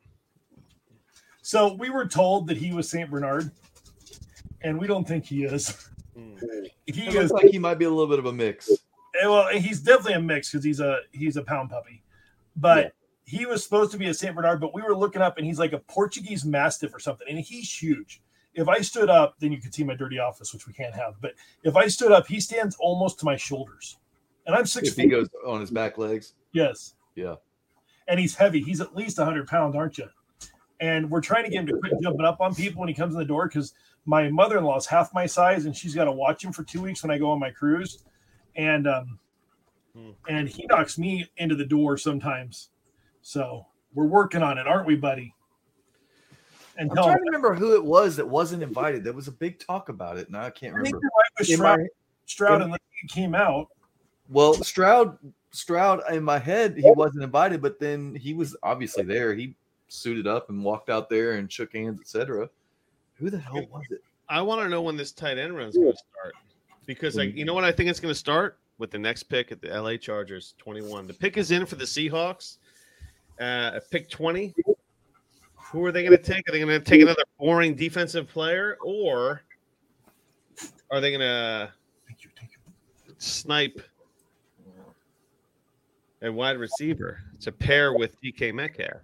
So we were told that he was Saint Bernard, and we don't think he is.
Hmm.
He
It looks
is
like he might be a little bit of a mix.
eh, well, he's definitely a mix because he's a he's a pound puppy, but. He was supposed to be a Saint Bernard, but we were looking up, and he's like a Portuguese Mastiff or something, and he's huge. If I stood up, then you could see my dirty office, which we can't have. But if I stood up, he stands almost to my shoulders, and I'm six
If
feet.
he goes on his back legs,
Yes.
Yeah.
And he's heavy. He's at least 100 pounds, aren't you? And we're trying to get him to quit jumping up on people when he comes in the door because my mother in law is half my size and she's got to watch him for two weeks when I go on my cruise. And um,
Hmm.
and he knocks me into the door sometimes. So we're working on it, aren't we, buddy? And
I'm
tell
trying
him,
to remember who it was that wasn't invited. There was a big talk about it, and I can't
I think
remember.
you're right with
In my-
Stroud, Stroud unless he came out.
well, Stroud Stroud in my head. He wasn't invited, but then he was obviously there. He suited up and walked out there and shook hands, etc. Who the hell was it?
I want to know when this tight end run's going to start because like you know what I think it's going to start with the next pick at the LA Chargers 21. The pick is in for the Seahawks. Uh, at pick 20. Who are they going to take? Are they going to take another boring defensive player or are they going to snipe a wide receiver to pair with DK Metcalf?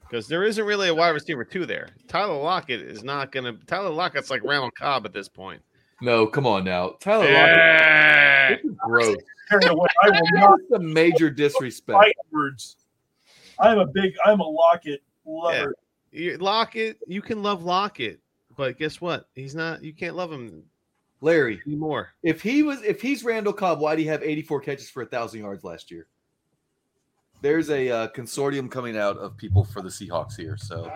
Because there isn't really a wide receiver two there. Tyler Lockett is not going to. Tyler Lockett's like Randall Cobb at this point.
No, come on now, Tyler Lockett.
Yeah.
This is gross.
Carry away. I will not
That's a major disrespect.
fight words. I'm a big, I'm a Lockett lover.
You- Lockett, you can love Lockett, but guess what? He's not. You can't love him
Larry,
anymore.
if he was, if he's Randall Cobb, why do you have 84 catches for a thousand yards last year? There's a uh, consortium coming out of people for the Seahawks here, so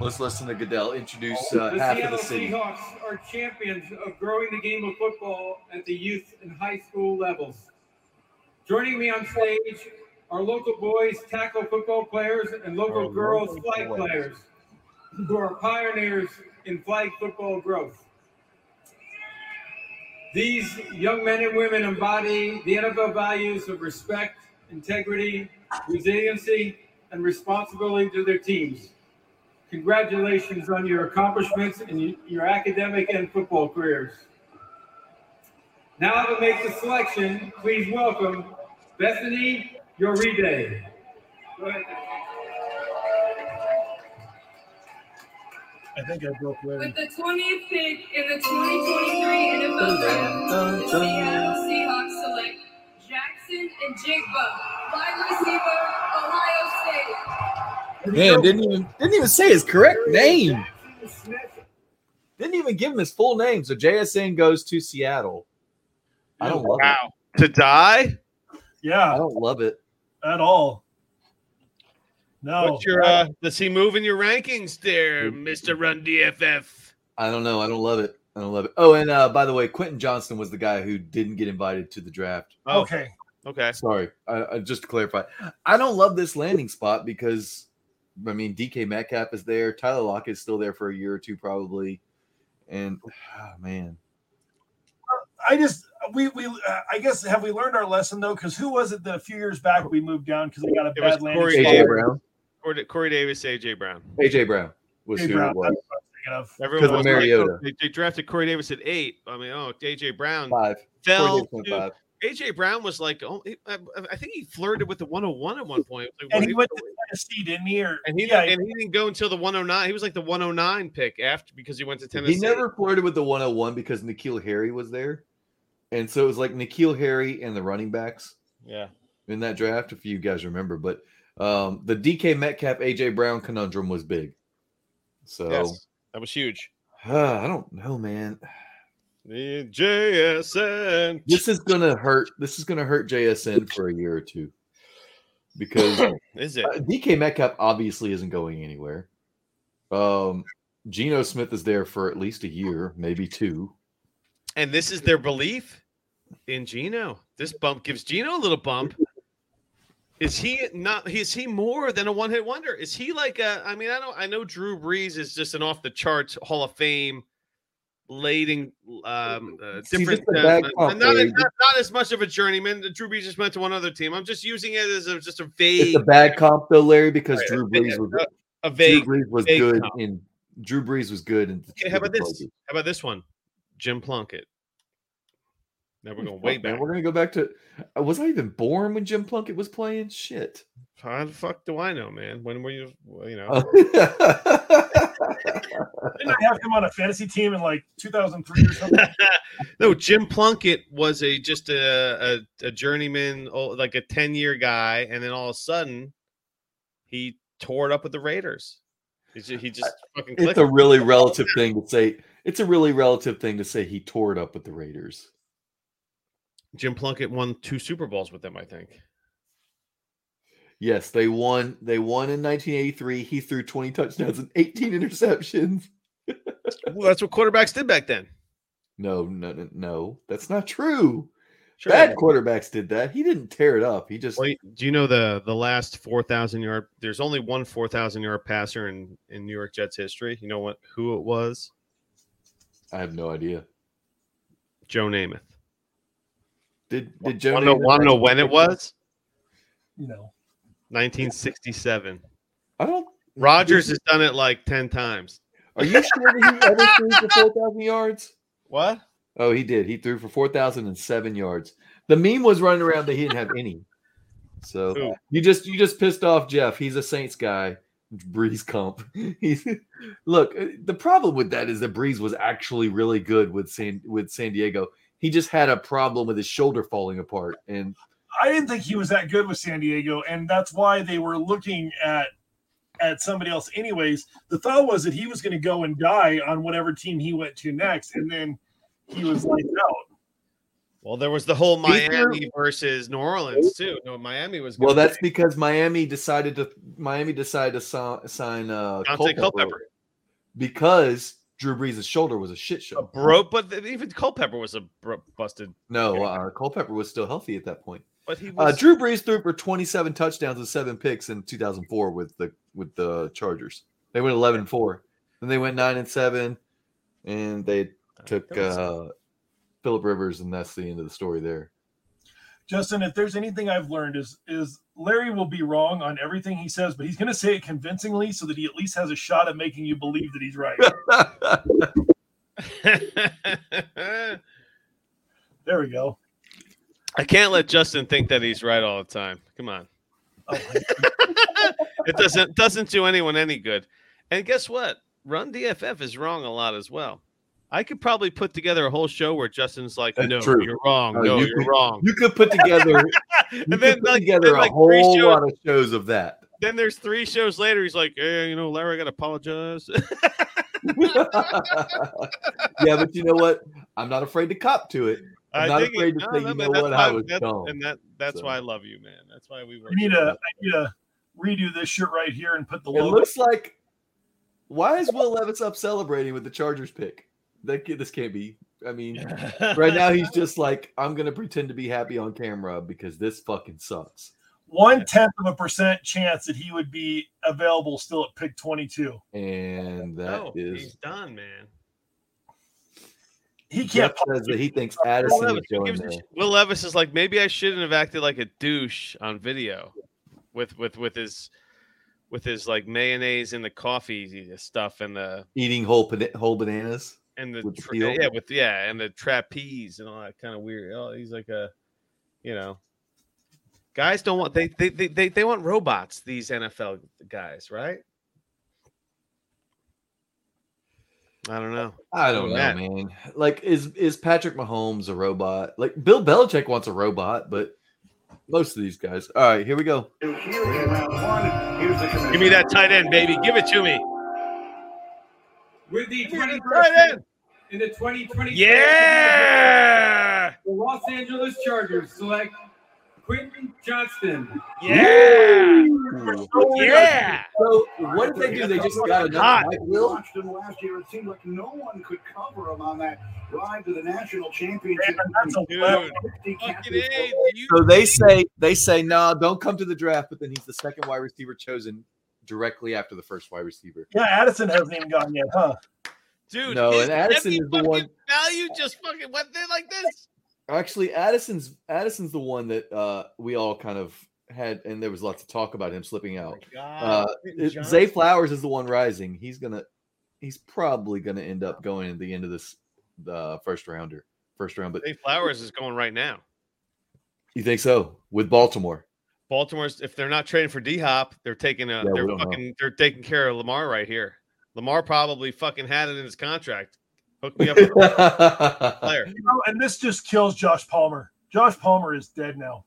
let's listen to Goodell
Oh,
introduce uh,
the
half of
Seattle
the city.
Seahawks are champions of growing the game of football at the youth and high school levels. Joining me on stage are local boys tackle football players and local
Our
girls
local
flag
boys.
players who are pioneers in flag football growth. These young men and women embody the NFL values of respect, integrity, resiliency, and responsibility to their teams. Congratulations on your accomplishments in your academic and football careers. Now to make the selection, please welcome Bethany Yoride. Go ahead.
I think I broke Larry.
With the 20th pick in the 2023 NFL Draft, the Seattle Seahawks select Jackson and Jigba, wide receiver, Ohio State.
Man, didn't even didn't even say his correct name.
Jackson Smith
Didn't even give him his full name. So JSN goes to Seattle. I don't love it.
Wow. To die?
I
Yeah,
don't love it.
at all. No.
Oh.
What's your uh does he move in your rankings there, Mr. Run DFF?
I don't know. I don't love it. I don't love it. Oh, and uh, by the way, Quentin Johnston was the guy who didn't get invited to the draft.
Oh,
okay.
okay.
Sorry, I, I, just to clarify, I don't love this landing spot because, I mean, DK Metcalf is there, Tyler Lockett is still there for a year or two probably, and ah, man,
I just we we uh, I guess have we learned our lesson though? Because who was it that a few years back we moved down because we got a
It was
bad landing
Corey
spot?
AJ
Davis.
Brown,
Corey, Corey Davis, AJ Brown.
AJ Brown was
AJ
who
Brown,
it was
that's what I'm thinking of.
Everyone
'Cause of
was like, oh,
Mariota.
they, they drafted Corey Davis at eight. I mean, oh, AJ Brown
five.
fell.
Corey Davis went
to-
five.
AJ Brown was like, oh, he- I, I think he flirted with the 101 at one point. Like,
And
well,
he went to Tennessee, didn't he? Or
and he
yeah,
and he didn't go until the 109. He was like the 109 pick after because he went to Tennessee.
He never flirted with the 101 because Nikhil Harry was there, and so it was like Nikhil Harry and the running backs.
Yeah.
in that draft, if you guys remember. But um, the DK Metcalf AJ Brown conundrum was big. So
Yes. That was huge.
uh, I don't know, man.
The JSN.
This is gonna hurt. This is gonna hurt JSN for a year or two because uh,
Is it?
DK Metcalf obviously isn't going anywhere. Um, Geno Smith is there for at least a year, maybe two.
And this is their belief in Gino. This bump gives Gino a little bump. Is he not? Is he more than a one-hit wonder? Is he like a? I mean, I don't. I know Drew Brees is just an off-the-charts Hall of Fame, leading um, uh,
He's
different.
just a
Uh,
bad
not,
cop,
not,
Larry.
not- not as much of a journeyman. Drew Brees just went to one other team. I'm just using it as a, just a
It's
vague,
a bad comp though, Larry, because
Right,
Drew
yeah,
Brees was
a
Drew
vague.
Brees was
big
good
comp.
in Drew Brees was good in
Okay, how about this? How about this one? Jim Plunkett. Now we're going way
Fuck, man,
back.
We're gonna go back to. uh, Was I even born when Jim Plunkett was playing? Shit.
How the fuck do I know, man? When were you? You know.
Uh,
didn't I have him on a fantasy team in like 2003 or something?
no, Jim Plunkett was a just a a, a journeyman, oh, like a ten year guy, and then all of a sudden, he tore it up with the Raiders. He just, he just fucking
it's
clicked.
a really relative thing to say. It's a really relative thing to say he tore it up with the Raiders.
Jim Plunkett won two Super Bowls with them, I think.
Yes, they won. They won in 1983. He threw 20 touchdowns and 18 interceptions.
Well, that's what quarterbacks did back then.
No, no, no, no. That's not true.
Sure.
Bad quarterbacks did that. He didn't tear it up. He just
Well, do you know the the last four thousand yard? There's only one four thousand yard passer in in New York Jets history. You know what? Who it was?
I have no idea.
Joe Namath.
Did did
Want
Joe
to know,
Namath
wanna know when it was?
You know,
1967.
I don't
Rogers has done it like ten times.
Are you sure that he ever threw for four thousand yards?
What?
Oh, he did. He threw for four thousand and seven yards. The meme was running around that he didn't have any. So
Who?
you just you just pissed off Jeff. He's a Saints guy. Breeze comp. He's look. uh, The problem with that is that Breeze was actually really good with San with San Diego. He just had a problem with his shoulder falling apart, and
I didn't think he was that good with San Diego, and that's why they were looking at at somebody else. Anyways, the thought was that he was going to go and die on whatever team he went to next, and then he was lights out.
Well, there was the whole
He threw-
Miami versus New Orleans too. No, Miami was
well,
gonna
that's because Miami decided to Miami decided to si- sign uh,
Dante
Culpepper
Culpepper.
because Drew Brees' shoulder was a shit show.
a broke, but th- even Culpepper was a bro- busted.
No,
Okay.
uh, Culpepper was still healthy at that point.
But he was
Uh, Drew Brees threw for 27 touchdowns and seven picks in 2004 with the with the Chargers. They went 11 and four. Then they went nine and seven, and they took
That was-
uh, Philip Rivers, and that's the end of the story there.
Justin, if there's anything I've learned is is Larry will be wrong on everything he says, but he's going to say it convincingly so that he at least has a shot at making you believe that he's right.
uh,
there we go.
I can't let Justin think that he's right all the time. Come on.
Oh,
it doesn't doesn't do anyone any good. And guess what? Run DFF is wrong a lot as well. I could probably put together a whole show where Justin's like,
That's
"No,
true.
you're wrong.
No,
no,
you
you are
could-
wrong."
you could put together you
and then
could put
like,
together
then,
a
like three
whole
shows,
lot of shows of that.
then there's three shows later. He's like, "Yeah, you know, Larry, I got to apologize."
yeah, but you know what? I'm not afraid to cop to it. I'm not
think he-
afraid to say,
no,
"You
no, man, that's
know what?
why-
I was
that's-
dumb."
and that that's
So-
why I love you, man. That's why we work.
I need to I need to redo this shirt right here and put the
It
logo.
looks like why is Will Levis up celebrating with the Chargers pick? That ca- this can't be. I mean, right now he's just like, I'm gonna pretend to be happy on camera because this fucking sucks,
one tenth of a percent chance that he would be available still at pick 22.
and that
no,
is
Oh, he's done, man.
He can't.
Jeff says that he thinks
Will
Addison is
Levis, who
going
gives a
there.
shit? Will Levis is like, maybe I shouldn't have acted like a douche on video, with with with his with his like mayonnaise and the coffee stuff and the
Eating whole bana- whole bananas.
and the
With the
tra-
heel?
yeah with yeah and the trapeze and all that kind of weird. Oh, he's like a, you know, guys don't want they they they they, they want robots. These NFL guys, right? I don't know.
I don't know,
Matt.
man. Like, is is Patrick Mahomes a robot? Like Bill Belichick wants a robot, but most of these guys. All right, here we go.
Here in round one, here's the commission.
Give me that tight end, baby. Give it to me.
With the
Give
21st
me the tight end.
in the 2023
Yeah.
the Los Angeles Chargers select Quentin Johnston.
Yeah. Yeah.
So what did they do? They just got
Hot.
another Mike
We
Will.
watched him last year. It seemed like no one could cover him on that ride to the national championship.
That's a
Dude.
left.
Fifty
Fucking
catches.
A, you-
So they say they say nah, don't come to the draft. But then he's the second wide receiver chosen directly after the first wide receiver.
Yeah, Addison hasn't even gotten yet, huh?
Dude,
No,
his
and Addison
heavy
is the
fucking
one-
Value just fucking went there like this.
Actually, Addison's Addison's the one that uh, we all kind of had, and there was lots of talk about him slipping out. Uh, It- Zay Flowers is the one rising. He's gonna, he's probably gonna end up going at the end of this uh, first rounder, first round. But
Zay Flowers is going right now.
you think so with Baltimore?
Baltimore's if they're not trading for D Hop, they're taking a
Yeah, we
they're
don't know.
fucking they're taking care of Lamar right here. Lamar probably fucking had it in his contract. Hook me up with a player.
You know, and this just kills Josh Palmer. Josh Palmer is dead now.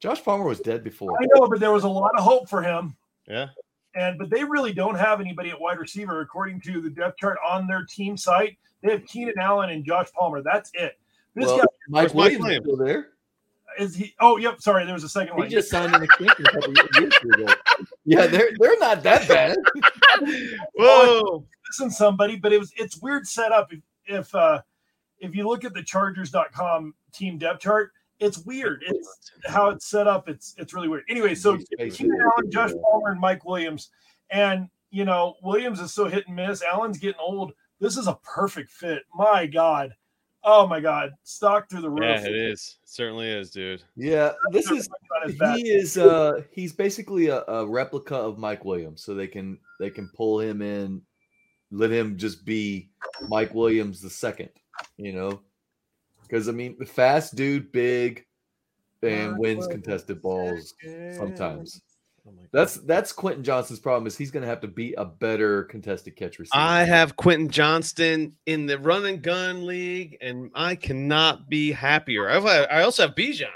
Josh Palmer was dead before.
I know, but there was a lot of hope for him.
Yeah.
And but they really don't have anybody at wide receiver according to the depth chart on their team site. They have Keenan Allen and Josh Palmer. That's it. This
Well,
guy
Mike
Where's Mike Williams?
Williams is still there.
is he oh yep, sorry, there was a second
He
one.
just signed an extension a couple of years ago. Yeah, they're they're not that bad.
Whoa.
missing somebody, but it was it's weird setup. If if, uh, if you look at the Chargers.com team depth chart, It's weird. It's how it's set up. It's it's really weird. Anyway, so Keenan Allen, Josh Palmer, and Mike Williams, and you know Williams is so hit and miss. Allen's getting old. This is a perfect fit. My God, oh my God, stock through the roof.
Yeah, it is. It certainly is, dude.
Yeah, this is
Not as bad.
he is uh he's basically a, a replica of Mike Williams, so they can they can pull him in, let him just be Mike Williams the second, you know, because I mean, fast dude, big, and wins contested balls sometimes.
Oh my God.
That's that's Quentin Johnson's problem is he's going to have to be a better contested catch receiver.
I have Quentin Johnston in the run and gun league, and I cannot be happier. I, I also have Bijan.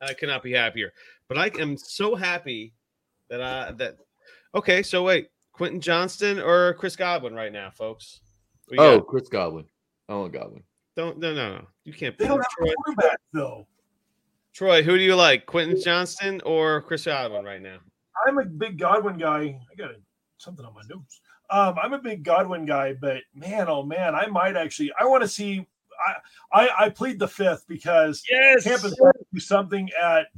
I cannot be happier, but I am so happy that I that. Okay, so wait, Quentin Johnston or Chris Godwin right now, folks? We
oh,
got-
Chris Godwin. I want Godwin.
don't no no no. You can't.
They
Pick
don't have
Troy.
a quarterback though.
Troy, who do you like, Quentin Johnston or Chris Godwin right now?
I'm a big Godwin guy. I got a, something on my nose. Um, I'm a big Godwin guy, but man, oh man, I might actually. I want to see. I, I I plead the fifth because
Yes.
Tampa's got to do something at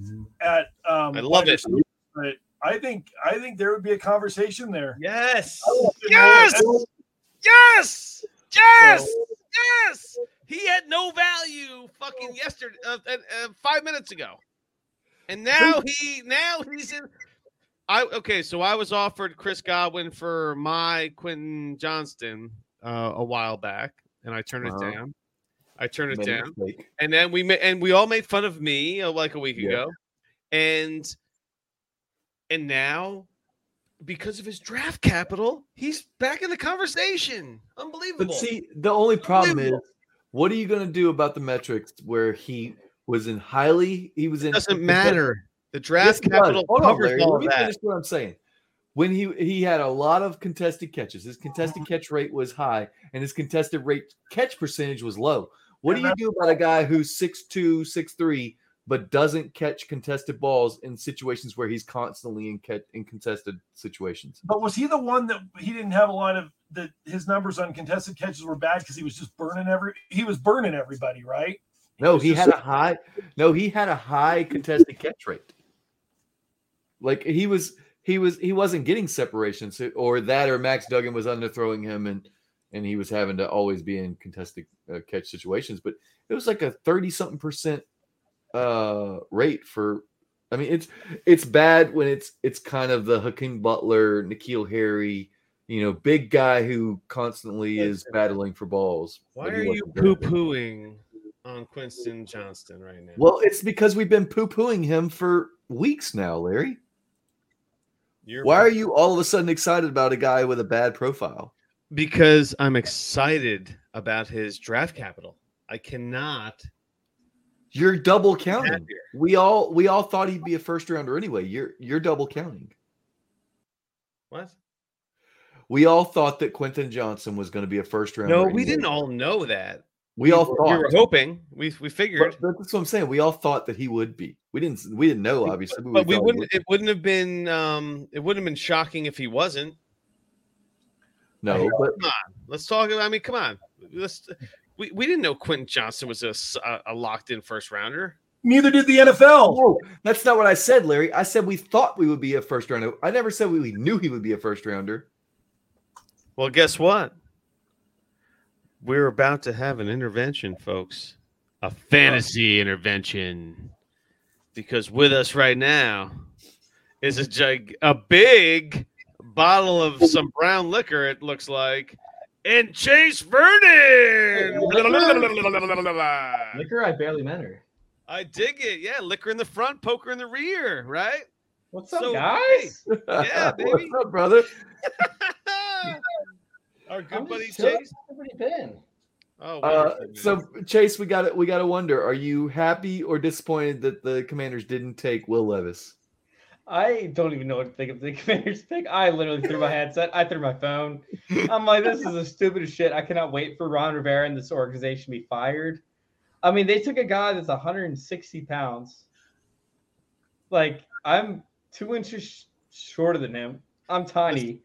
at. Um,
I love
wide
it.
receiver, But I think I think there would be a conversation there.
Yes.
I want to know
Yes.
if-
Yes. Yes.
Yes. He had no value fucking yesterday, uh, uh, uh, five minutes ago, and now he now he's in. I okay, so I was offered Chris Godwin for my Quentin Johnston uh, a while back, and I turned
Wow.
it down. I turned it
Made a
down,
mistake.
and then we ma- and we all made fun of me uh, like a week
Yeah.
ago, and and now because of his draft capital, he's back in the conversation. Unbelievable.
But see, the only problem is, what are you going to do about the metrics where he was in highly? He was in.
doesn't matter. The draft
Yes, it does.
capital
Hold on,
covers
Larry.
all
Let
of
me
that.
finish what I'm saying. When he he had a lot of contested catches, his contested catch rate was high, and his contested rate catch percentage was low. What do
And
you do about a guy who's 6'2", 6'3", but doesn't catch contested balls in situations where he's constantly in catch, in contested situations?
But was he the one that he didn't have a lot of that his numbers on contested catches were bad because he was just burning every he was burning everybody, right?
No,
was
he
just
had a high. No, he had a high contested catch rate. Like he was, he was, he wasn't getting separation, so, or that, or Max Duggan was underthrowing him, and and he was having to always be in contested uh, catch situations. But it was like a thirty something percent uh rate for. I mean, it's it's bad when it's it's kind of the Hakeem Butler, Nikhil Harry, you know, big guy who constantly is battling for balls.
Why
but he
are you
wasn't doing
poo
it.
pooing on Quinston Johnston right now?
Well, it's because we've been poo pooing him for weeks now, Larry.
You're
Why are you all of a sudden excited about a guy with a bad profile?
Because I'm excited about his draft capital. I cannot.
You're double
be
counting.
happier.
We all we all thought he'd be a first rounder anyway. You're you're double counting.
What?
We all thought that Quentin Johnson was going to be a first rounder.
No, we
anyway.
didn't all know that.
We all
We
thought.
were hoping. We we figured,
But- but that's what I'm saying. We all thought that he would be. We didn't. We didn't know, obviously.
but we
thought he
wouldn't.
would.
It wouldn't have been. Um, it wouldn't have been shocking if he wasn't.
No, but
Let's talk. I mean, come on. Let's. We, we didn't know Quentin Johnson was a, s- a- a locked in first rounder.
Neither did the NFL.
No, that's not what I said, Larry. I said we thought we would be a first rounder. I never said we knew he would be a first rounder.
Well, guess what? We're about to have an intervention, folks. A fantasy intervention. Because with us right now is a gig- a big bottle of some brown liquor, it looks like, and Chase Vernon.
Liquor, I barely met her.
I dig it. Yeah, liquor in the front, poker in the rear, right?
What's up,
So-
guys?
Yeah, baby.
What's up, brother?
Our good
I'm just
buddy
chilling.
Chase.
How's everybody been?
Oh,
Uh,
wonderful, man.
so Chase, we got to We got to wonder: Are you happy or disappointed that the Commanders didn't take Will Levis?
I don't even know what to think of the commander's pick. I literally threw my headset. I threw my phone. I'm like, this is the stupidest shit. I cannot wait for Ron Rivera and this organization to be fired. I mean, they took a guy that's 160 pounds. Like, I'm two inches sh- shorter than him. I'm tiny.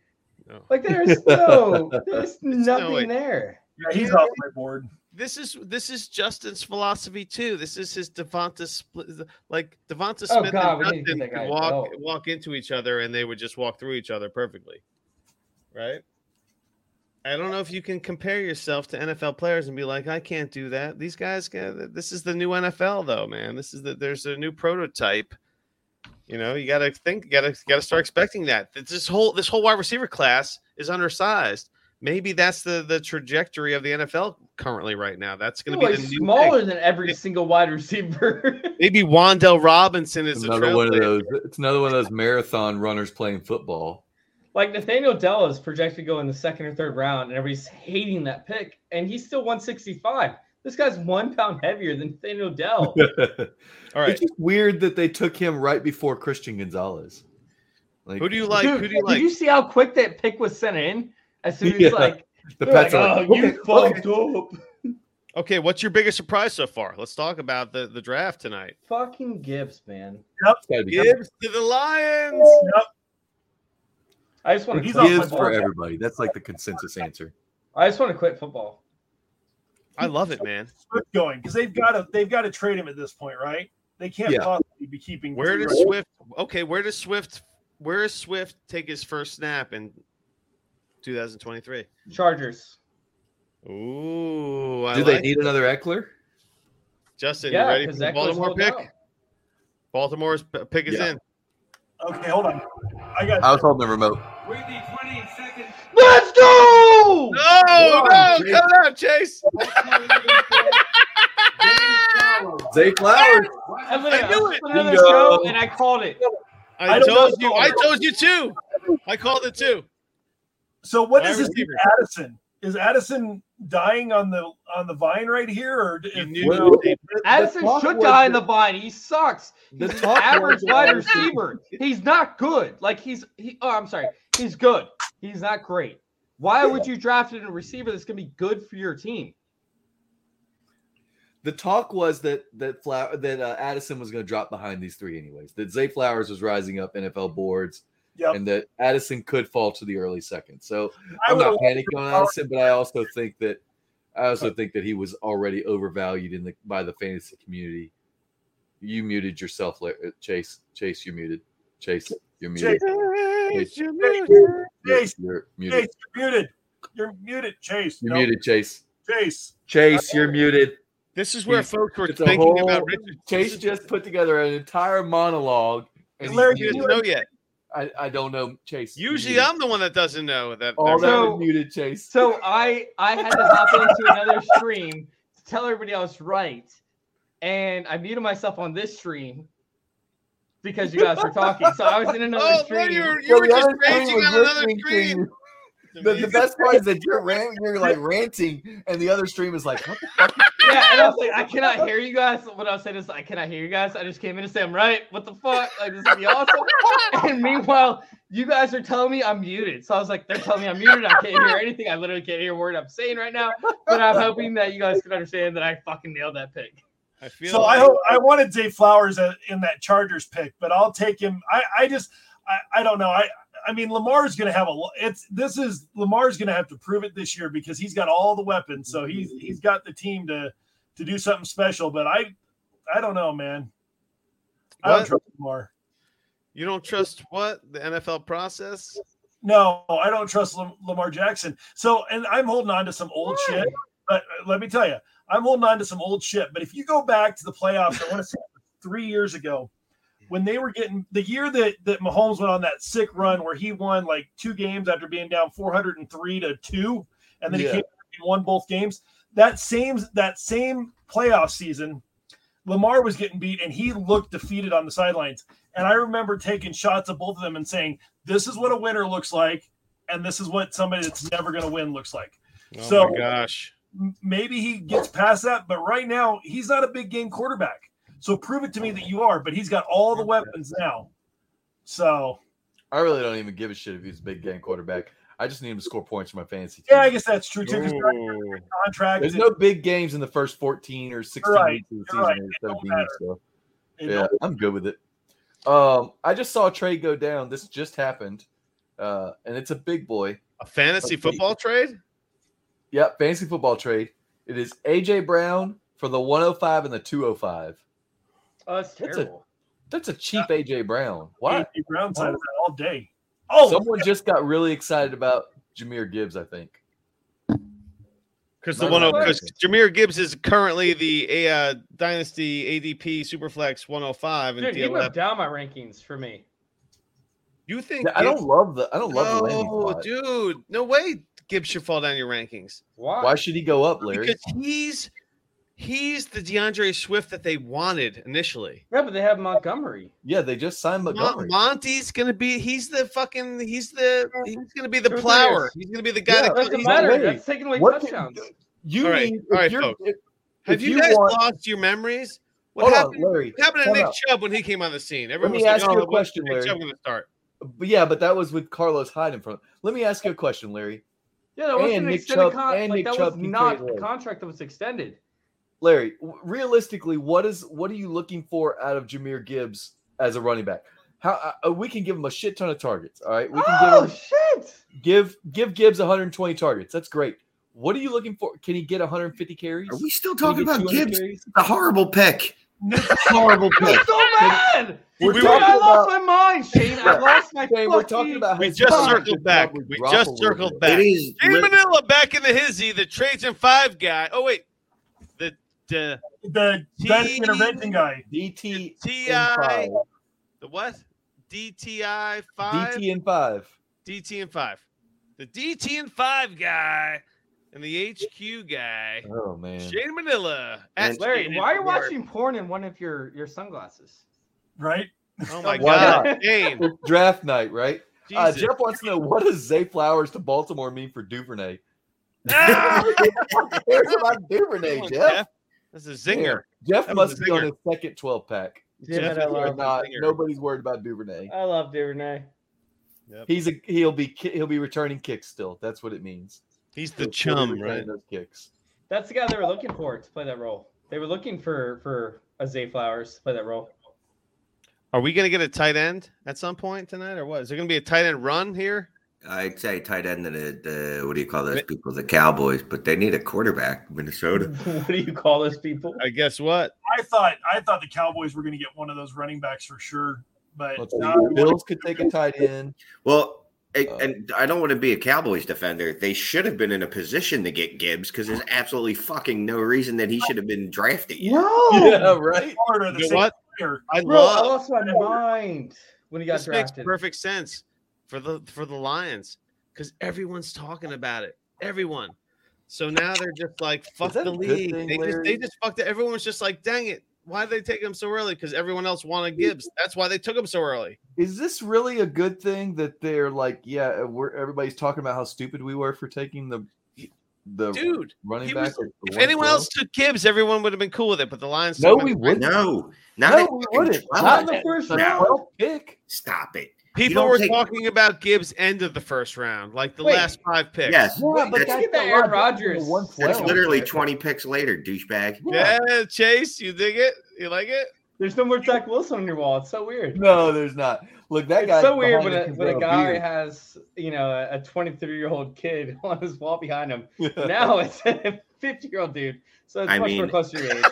No.
Like, there's no, there's
no way.
nothing there.
Yeah, he's off my board.
this is this is Justin's philosophy too. This is his Devonta split. Like Devonta
Oh,
Smith
God, we
and
didn't get
Justin
that guy.
could walk
Oh.
walk into each other, and they would just walk through each other perfectly, right? I don't know if you can compare yourself to NFL players and be like, I can't do that. These guys, got- this is the new NFL though, man. This is the there's a new prototype. You know, you gotta think, you gotta you gotta start expecting that. This whole this whole wide receiver class is undersized. Maybe that's the the trajectory of the NFL currently right now. That's going to be
Like,
the new
smaller
thing.
than every single wide receiver.
Maybe Wandell Robinson is the
another one of
trailblazer.
those. It's another one of those marathon runners playing football.
like Nathaniel Dell is projected to go in the second or third round, and everybody's hating that pick, and he's still 165. This guy's one pound heavier than Nathaniel Dell.
All right,
It's just weird that they took him right before Christian Gonzalez. Like
who do you like?
Dude,
who do you
Did
like?
you see how quick that pick was sent in? As soon as
Yeah.
like
the
they're like,
Pats are like,
oh, you
"Okay, okay."
fucked up.
Okay, what's your biggest surprise so far? Let's talk about the the draft tonight.
Fucking Gibbs, man.
It's gotta be
Gibbs to the Lions.
Yep.
I just want to
He's
quit
on
Gibbs
my
football.
for everybody. That's like the consensus answer.
I just want to quit football.
I love it, man.
Swift going because they've got to they've got to trade him at this point, right? They can't
Yeah.
possibly be keeping.
Where
two
does Swift? Okay, where does Swift? Where does Swift take his first snap in 2023?
Chargers.
Ooh, I
Do
like
they need another Eckler?
Justin. you
yeah,
ready for
because
the
that
Baltimore pick? Baltimore's p- pick is
Yeah.
in.
Okay, hold on. I got.
I was holding the remote.
With the 20 second
Let's go!
No, no,
Chase.
cut it out, Chase.
Zay Flowers.
I,
I knew
listened
it.
to another
Bingo.
show and I called it.
I,
I don't
told
know.
you. I told you too. I called it too.
So what
Wide
is this?
receiver.
Addison is Addison dying on the on the vine right here, or
You
if,
knew
Well,
they-
Addison
talk
should
was
die in the
that-
vine. He sucks.
The
He's an
talk
average
was
wide
that-
receiver. He's not good. Like he's he. Oh, I'm sorry. He's good. He's not great. Why would you draft a receiver that's going to be good for your team?
The talk was that that Flower that uh, Addison was going to drop behind these three anyways. That Zay Flowers was rising up NFL boards,
Yep.
and that Addison could fall to the early second. So
I
I'm
would
not panicking on Addison, but I also think that I also think that he was already overvalued in the by the fantasy community. You muted yourself, La- uh, Chase. Chase, you're muted. Chase, you're muted. Chase, you're, you're,
Chase,
muted.
Chase, you're muted. You're muted, Chase.
You're
No,
muted, Chase.
Chase.
Chase, you're muted.
This is where
It's-
folks were
it's a
thinking
whole-
about Richard.
Chase just put together an entire monologue. And he's
Larry,
You
muted.
didn't know yet.
I, I don't know, Chase. you're
Usually,
muted.
I'm the one that doesn't know that.
all that
So-
was muted, Chase.
So I I had to hop into another stream to tell everybody I was right, and I muted myself on this stream because you guys were talking. So I was in another
oh,
stream.
no, you were, you were
the
just
other screen
raging
was
on another
listening to
screen.
you. The, the best part is that you're rant, you're like ranting, and the other stream is like, "What the fuck
Yeah, and I was like, I cannot hear you guys. What I was saying is, I cannot hear you guys. I just came in to say I'm right. What the fuck? Like this would be awesome. And meanwhile, you guys are telling me I'm muted. So I was like, they're telling me I'm muted. I can't hear anything. I literally can't hear a word I'm saying right now. But I'm hoping that you guys can understand that I fucking nailed that pick.
I feel
So I
like
hope I wanted Zay Flowers uh, in that Chargers pick, but I'll take him. I I just I, I don't know. I I mean Lamar's going to have a lo- it's this is Lamar's going to have to prove it this year because he's got all the weapons. So he's he's got the team to to do something special, but I I don't know, man. I don't
What?
trust Lamar.
you don't trust what the NFL process.
No, I don't trust Lam- Lamar Jackson. So, and I'm holding on to some old shit. But uh, let me tell you, I'm holding on to some old shit. But if you go back to the playoffs, I want to say three years ago, when they were getting the year that that Mahomes went on that sick run where he won like two games after being down 403 to two, and then
Yeah.
he came back and won both games. That same that same playoff season, Lamar was getting beat and he looked defeated on the sidelines. And I remember taking shots at both of them and saying, "This is what a winner looks like." And this is what somebody that's never going to win looks like
Oh
So-
my gosh!
m- maybe he gets past that, but right now he's not a big game quarterback. So prove it to me that you are, but he's got all the weapons now. So
I really don't even give a shit if he's a big game quarterback. I just need him to score points for my fantasy. Team.
yeah, I guess that's true too. 'cause
Ooh.
contract,
There's no big games in the first 14 or 16
right.
weeks of the
You're
season.
right.
or
don't
17
matter.
weeks, so.
it-
Yeah, I'm good with it. Um, I just saw a trade go down. This just happened, uh, and it's a big boy.
A fantasy
Let's see.
football trade?
Yep, fantasy football trade. It is AJ Brown for the 105 and the 205.
Oh, that's
That's a-
terrible.
That's a cheap AJ Brown. Why?
AJ Brown side of that all day. Oh,
Someone just got really excited about Jameer Gibbs, I think.
Because the
Not
one
a lot.
because Jameer Gibbs is currently the uh, Dynasty ADP Superflex 105 and
Dude, he
DLF.
moved down my rankings for me.
You think
Yeah, I
Gibbs-
don't love the I don't love the landing
No,
spot.
Oh, dude, no way Gibbs should fall down your rankings
Why?
Why should he go up, Larry?
because he's he's the DeAndre Swift that they wanted initially.
yeah, but they have Montgomery.
yeah, they just signed
Mon-
Montgomery.
Monty's gonna be he's the fucking he's the he's gonna be the
Sure thing
plower.
is.
He's gonna be the guy
Yeah.
that
It doesn't
he's-
matter.
Larry,
That's taking away
what can-
touchdowns.
You
All right,
need
all right,
if you're,
folks.
if-
Have
if
you,
you
guys
want-
lost your memories? What
hold
happened?
on, Larry.
What happened to
Time
Nick
out.
Chubb when he came on the scene? Everyone
me
was like,
ask you
"Oh,
a
when's
question,
Nick
Larry."
Chubb gonna start.
But yeah, but that was with Carlos Hyde in front. Let me ask you a question, Larry.
Yeah, that wasn't
and
an
Nick
extended
Chubb-
contract.
and
Like,
Nick
that
Chubb
was
can
not
trade away.
the contract that was extended.
Larry, w- realistically, what is what are you looking for out of Jameer Gibbs as a running back? How uh, we can give him a shit ton of targets. All right, we can give him
Oh shit!
give give Gibbs 120 targets. That's great. What are you looking for? Can he get 150 carries?
Are we still
Can he
talking
get
about
200
Gibbs?
carries?
A horrible pick. horrible pick.
I'm so mad.
We're
We
Dude,
talking
I lost my
about,
mind, Shane. I lost my
Shane,
fucking.
we're talking about
We
his
just
stock
circled
should
back.
probably
We
drop a
just
little
circled
bit.
back.
It is.
Jay Manila back in the hizzy, the trades and five guy. Oh wait, the the
the that intervention guy.
DT
TI, the what? DTI five,
DT and five.
DT and five, the DT and five guy, and the HQ guy.
Oh man.
Shane Manila. at Shane
Larry,
in
why are you
New York.
watching porn in one of your your sunglasses?
Right?
Oh my
Why
God, Shane.
It's draft night, right? Uh,
Jesus.
Jeff wants to know what does Zay Flowers to Baltimore mean for Duvernay?
Ah!
Here's about Duvernay,
Come on,
Jeff.
That's a zinger.
Jeff
That was
must
a
be on
zinger.
his second 12 pack.
Damn
Jeff
it, I
is
love,
a
Not-
zinger.
nobody's worried about Duvernay.
I love Duvernay.
He's a he'll be ki- he'll be returning kicks still. That's what it means.
He's the
He'll be
chum,
returning
right?
Those kicks.
That's the guy they were looking for to play that role. They were looking for for a Zay Flowers to play that role.
Are we gonna get a tight end at some point tonight, or what? Is there gonna be a tight end run here?
I'd say tight end and the, the what do you call those people? The Cowboys, but they need a quarterback. Minnesota.
what do you call those people?
I guess what?
I thought I thought the Cowboys were going to get one of those running backs for sure, but uh,
Let's
nah,
see. Bills could take a tight end.
Well, and,
Uh,
and I don't want to be a Cowboys defender. They should have been in a position to get Gibbs because there's absolutely fucking no reason that he should have been drafted. yet.
No,
Yeah, right.
Florida, the
You know
same
what?
player.
I
bro, I
love
lost my mind when he got
this makes
drafted.
perfect sense for the for the Lions because everyone's talking about it. Everyone. So now they're just like fuck
that
the
a good
league.
thing,
they just
Larry?
they just fucked it. Everyone was just like, dang it. Why did they take him so early? Because everyone else wanted Gibbs. That's why they took him so early.
Is this really a good thing that they're like, yeah, we're everybody's talking about how stupid we were for taking the the
Dude,
running
he
back?
was-
at the
if anyone
112?
else took Gibbs, everyone would have been cool with it. But the Lions
no,
took him.
we wouldn't.
No,
No,
not at
we
fucking
wouldn't.
12.
Not
in the first
The
round.
12th pick.
Stop it.
people
don't
were
take-
talking about Gibbs end of the first round, like the
Wait.
last five picks.
Yes,
Yeah,
but
that's- that's Aaron Rodgers.
that's
Well,
literally 20 picks later, douchebag.
Yeah, Chase, you dig it? You like it?
There's no more Zach Wilson on your wall. It's so weird.
No, there's not. Look, that
it's
guy.
so weird when a, when a guy has you know a 23 year old kid on his wall behind him. Now it's a 50 year old dude, so it's
I
much more
mean-
close to your age.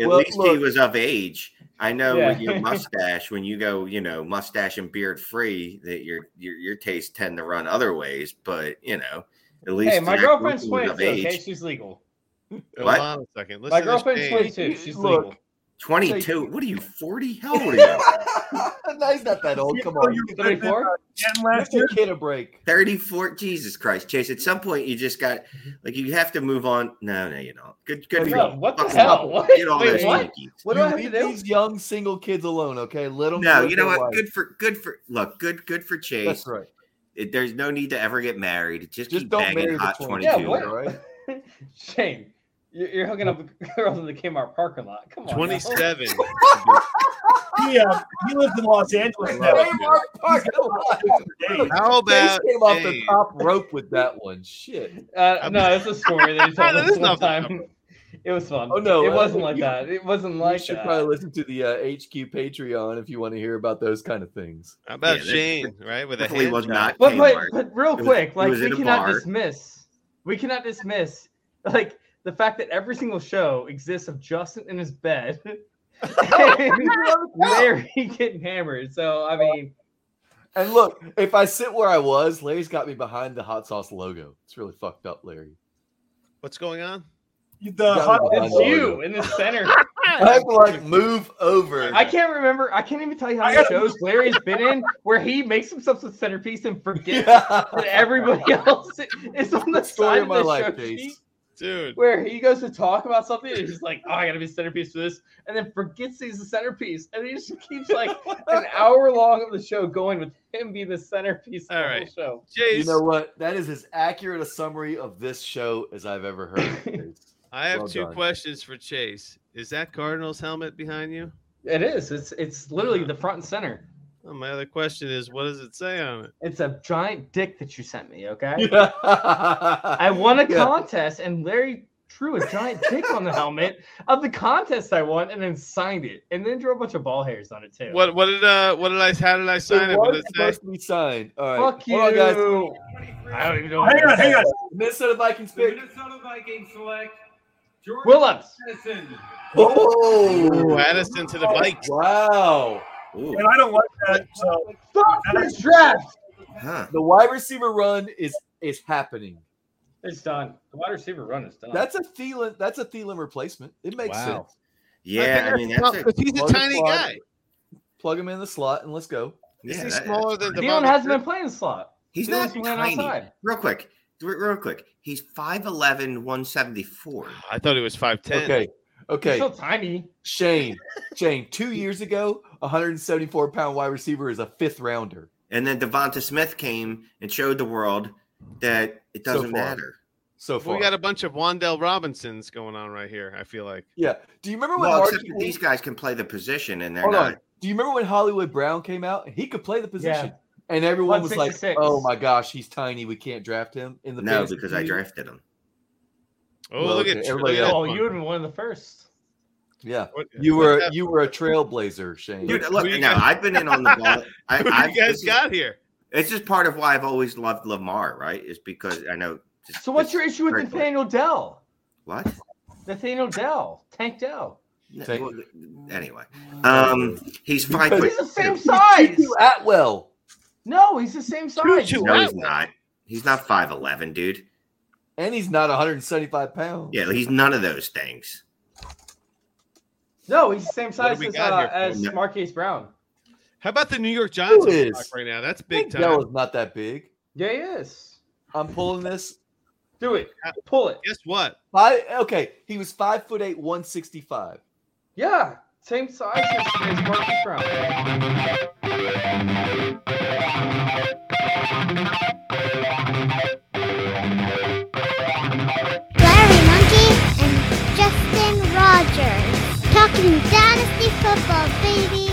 At
Well,
least he
look.
was of age. I know
Yeah.
with your mustache, when you go, you know, mustache and beard free, that your your your tastes tend to run other ways. But you know, at least
Hey, my
Zach
girlfriend's
Wilson was
22.
of age.
Okay, she's legal.
What?
Hold on a second. Listen
My
to
girlfriend's
Shane.
22. She's
Look,
legal.
22. What are you? 40? How old are you?
no, he's not that old. Come on,
You know, you lived in,
34.
uh, Canton
give
last year.
the kid a break.
34 jesus christ chase at some point you just got
Mm-hmm.
like you have to move on no no you don't good good for
No,
you.
what the
Fucking
hell? What?
get all
Wait,
those
what?
Yankees.
What do
You
I have to
leave
do?
These young single kids alone, okay? Let them.
no you know what good for good for look good good for chase
That's right.
It- there's no need to ever get married just,
Just
keep
don't marry
banging
the
hot
22.
22
Yeah,
all
what?
right?
Shane, you're, you're hooking up with girls in the Kmart parking lot. Come on.
27.
He, uh, he lives in Los Angeles now.
Hey, Mark Parker,
Hey,
How
Chase
about
came off the
Hey,
top rope with that one. Shit.
now. Uh, no, it's a story that he told
No,
us
this is
one
not the
time. It was fun.
Oh, no,
it
uh,
wasn't like
you-
that. It wasn't
you
like
should
that.
probably listen to the uh, HQ Patreon if you want to hear about those kind of things.
how about
Yeah, that-
Shane, right? With a
Definitely
hand
was
job.
not
but, but,
Kmart.
but real
It was-
quick,
it
like
was
we
in a
cannot
bar.
dismiss. We cannot dismiss Like the fact that every single show exists of Justin in his bed, and Larry getting hammered. So I mean,
And look, if I sit where I was, Larry's got me behind the hot sauce logo. It's really fucked up, Larry.
What's going on?
The
hot-
it's you in the center.
I have to like move over.
I can't remember. I can't even tell you how many shows Larry's been in where he makes himself the centerpiece and forgets that everybody else is on the
Story
side
of
of
my
the
life,
show sheet.
Jace.
Dude,
where he goes to talk about something and he's like, oh, I gotta be the centerpiece for this, and then forgets he's the centerpiece. And he just keeps like an hour long of the show going with him being the centerpiece of
All
the whole
right.
show.
Jace,
You know what? That is as accurate a summary of this show as I've ever heard. It's-
I have
Well
two
done.
questions for Chase. Is that Cardinals helmet behind you?
It is. It's it's literally the front and center.
Well, my other question is, what does it say on it?
It's a giant dick that you sent me, okay?
I
I won a
Yeah.
contest and Larry drew a giant dick on the helmet of the contest I won and then signed it and then drew a bunch of ball hairs on it too.
What what did uh what did I how did I sign it?
it
What
was
did it say?
supposed to be signed. All right.
Fuck you.
Hold on, guys.
I don't even know.
Hang on, hang on.
Minnesota Vikings
The
pick.
Minnesota Vikings select Jordan
Will-ups.
Addison.
Ooh,
Oh,
Addison to the Vikes.
wow.
Ooh,
And I don't like that. So
Fuck this draft.
huh.
The wide receiver run is is happening.
It's done. The wide receiver run is done.
That's a Thielen. That's a Thielen replacement. It makes
Wow.
sense.
Yeah, I mean that's a,
because he's a
Plug the
tiny
slot.
guy.
Plug him in the slot and let's go.
yeah,
Is he
that-
smaller than the
Thielen hasn't been playing slot.
He's not
Thielen's been playing
tiny.
outside.
Real quick, re- real quick. He's 5'11", 174.
I thought he was five ten.
Okay.
He's
Okay.
still tiny.
Shane. Shane. Two years ago, 174 pound wide receiver is a fifth rounder.
And then Devonta Smith came and showed the world that it
So
doesn't
far.
matter.
So far.
We got a bunch of Wandell Robinsons going on right here. I feel like
yeah. Do you remember when
Well,
Archie
except that these guys can play the position and they're
Hold
not.
on. Do you remember when Hollywood Brown came out and he could play the position?
Yeah.
And everyone was like,
166.
"Oh my gosh, he's tiny. We can't draft him." In the
No,
fantasy
because I
community.
drafted him.
oh
Well,
look at
okay,
look
everybody
at that
Oh,
one.
you would have been one of the first.
Yeah,
What-
you
what's
were
that-
you were a trailblazer, Shane.
Dude,
Who
look,
you
now
got?
I've been in on the ball. I,
who do
I've,
you guys
this is-
got here?
It's just part of why I've always loved Lamar, right? Is because I know. just-
So what's
this-
your issue with
very good.
Nathaniel Dell?
what?
Nathaniel Dell, Tank Dell.
No,
Take-
well, anyway, um, he's five
Because-
foot.
He's the same
two.
size.
Tutu Atwell.
No, he's the same size.
No, he's not. He's not five eleven, dude.
And he's not 175 pounds.
Yeah, he's none of those things.
No, he's the same
What do
size
we
as,
got
uh,
here for
as
him?
Marquise Brown.
How about the New York Giants
Who
on the
is?
clock right now? That's
big
big time.
Bell is not that big.
Yeah, he is.
I'm pulling this.
Do it. Pull it.
Guess what?
I okay. He was five foot eight, 165.
Yeah, same size as, as Marquise Brown.
Larry Monkey and Justin Rogers talking dynasty football, baby.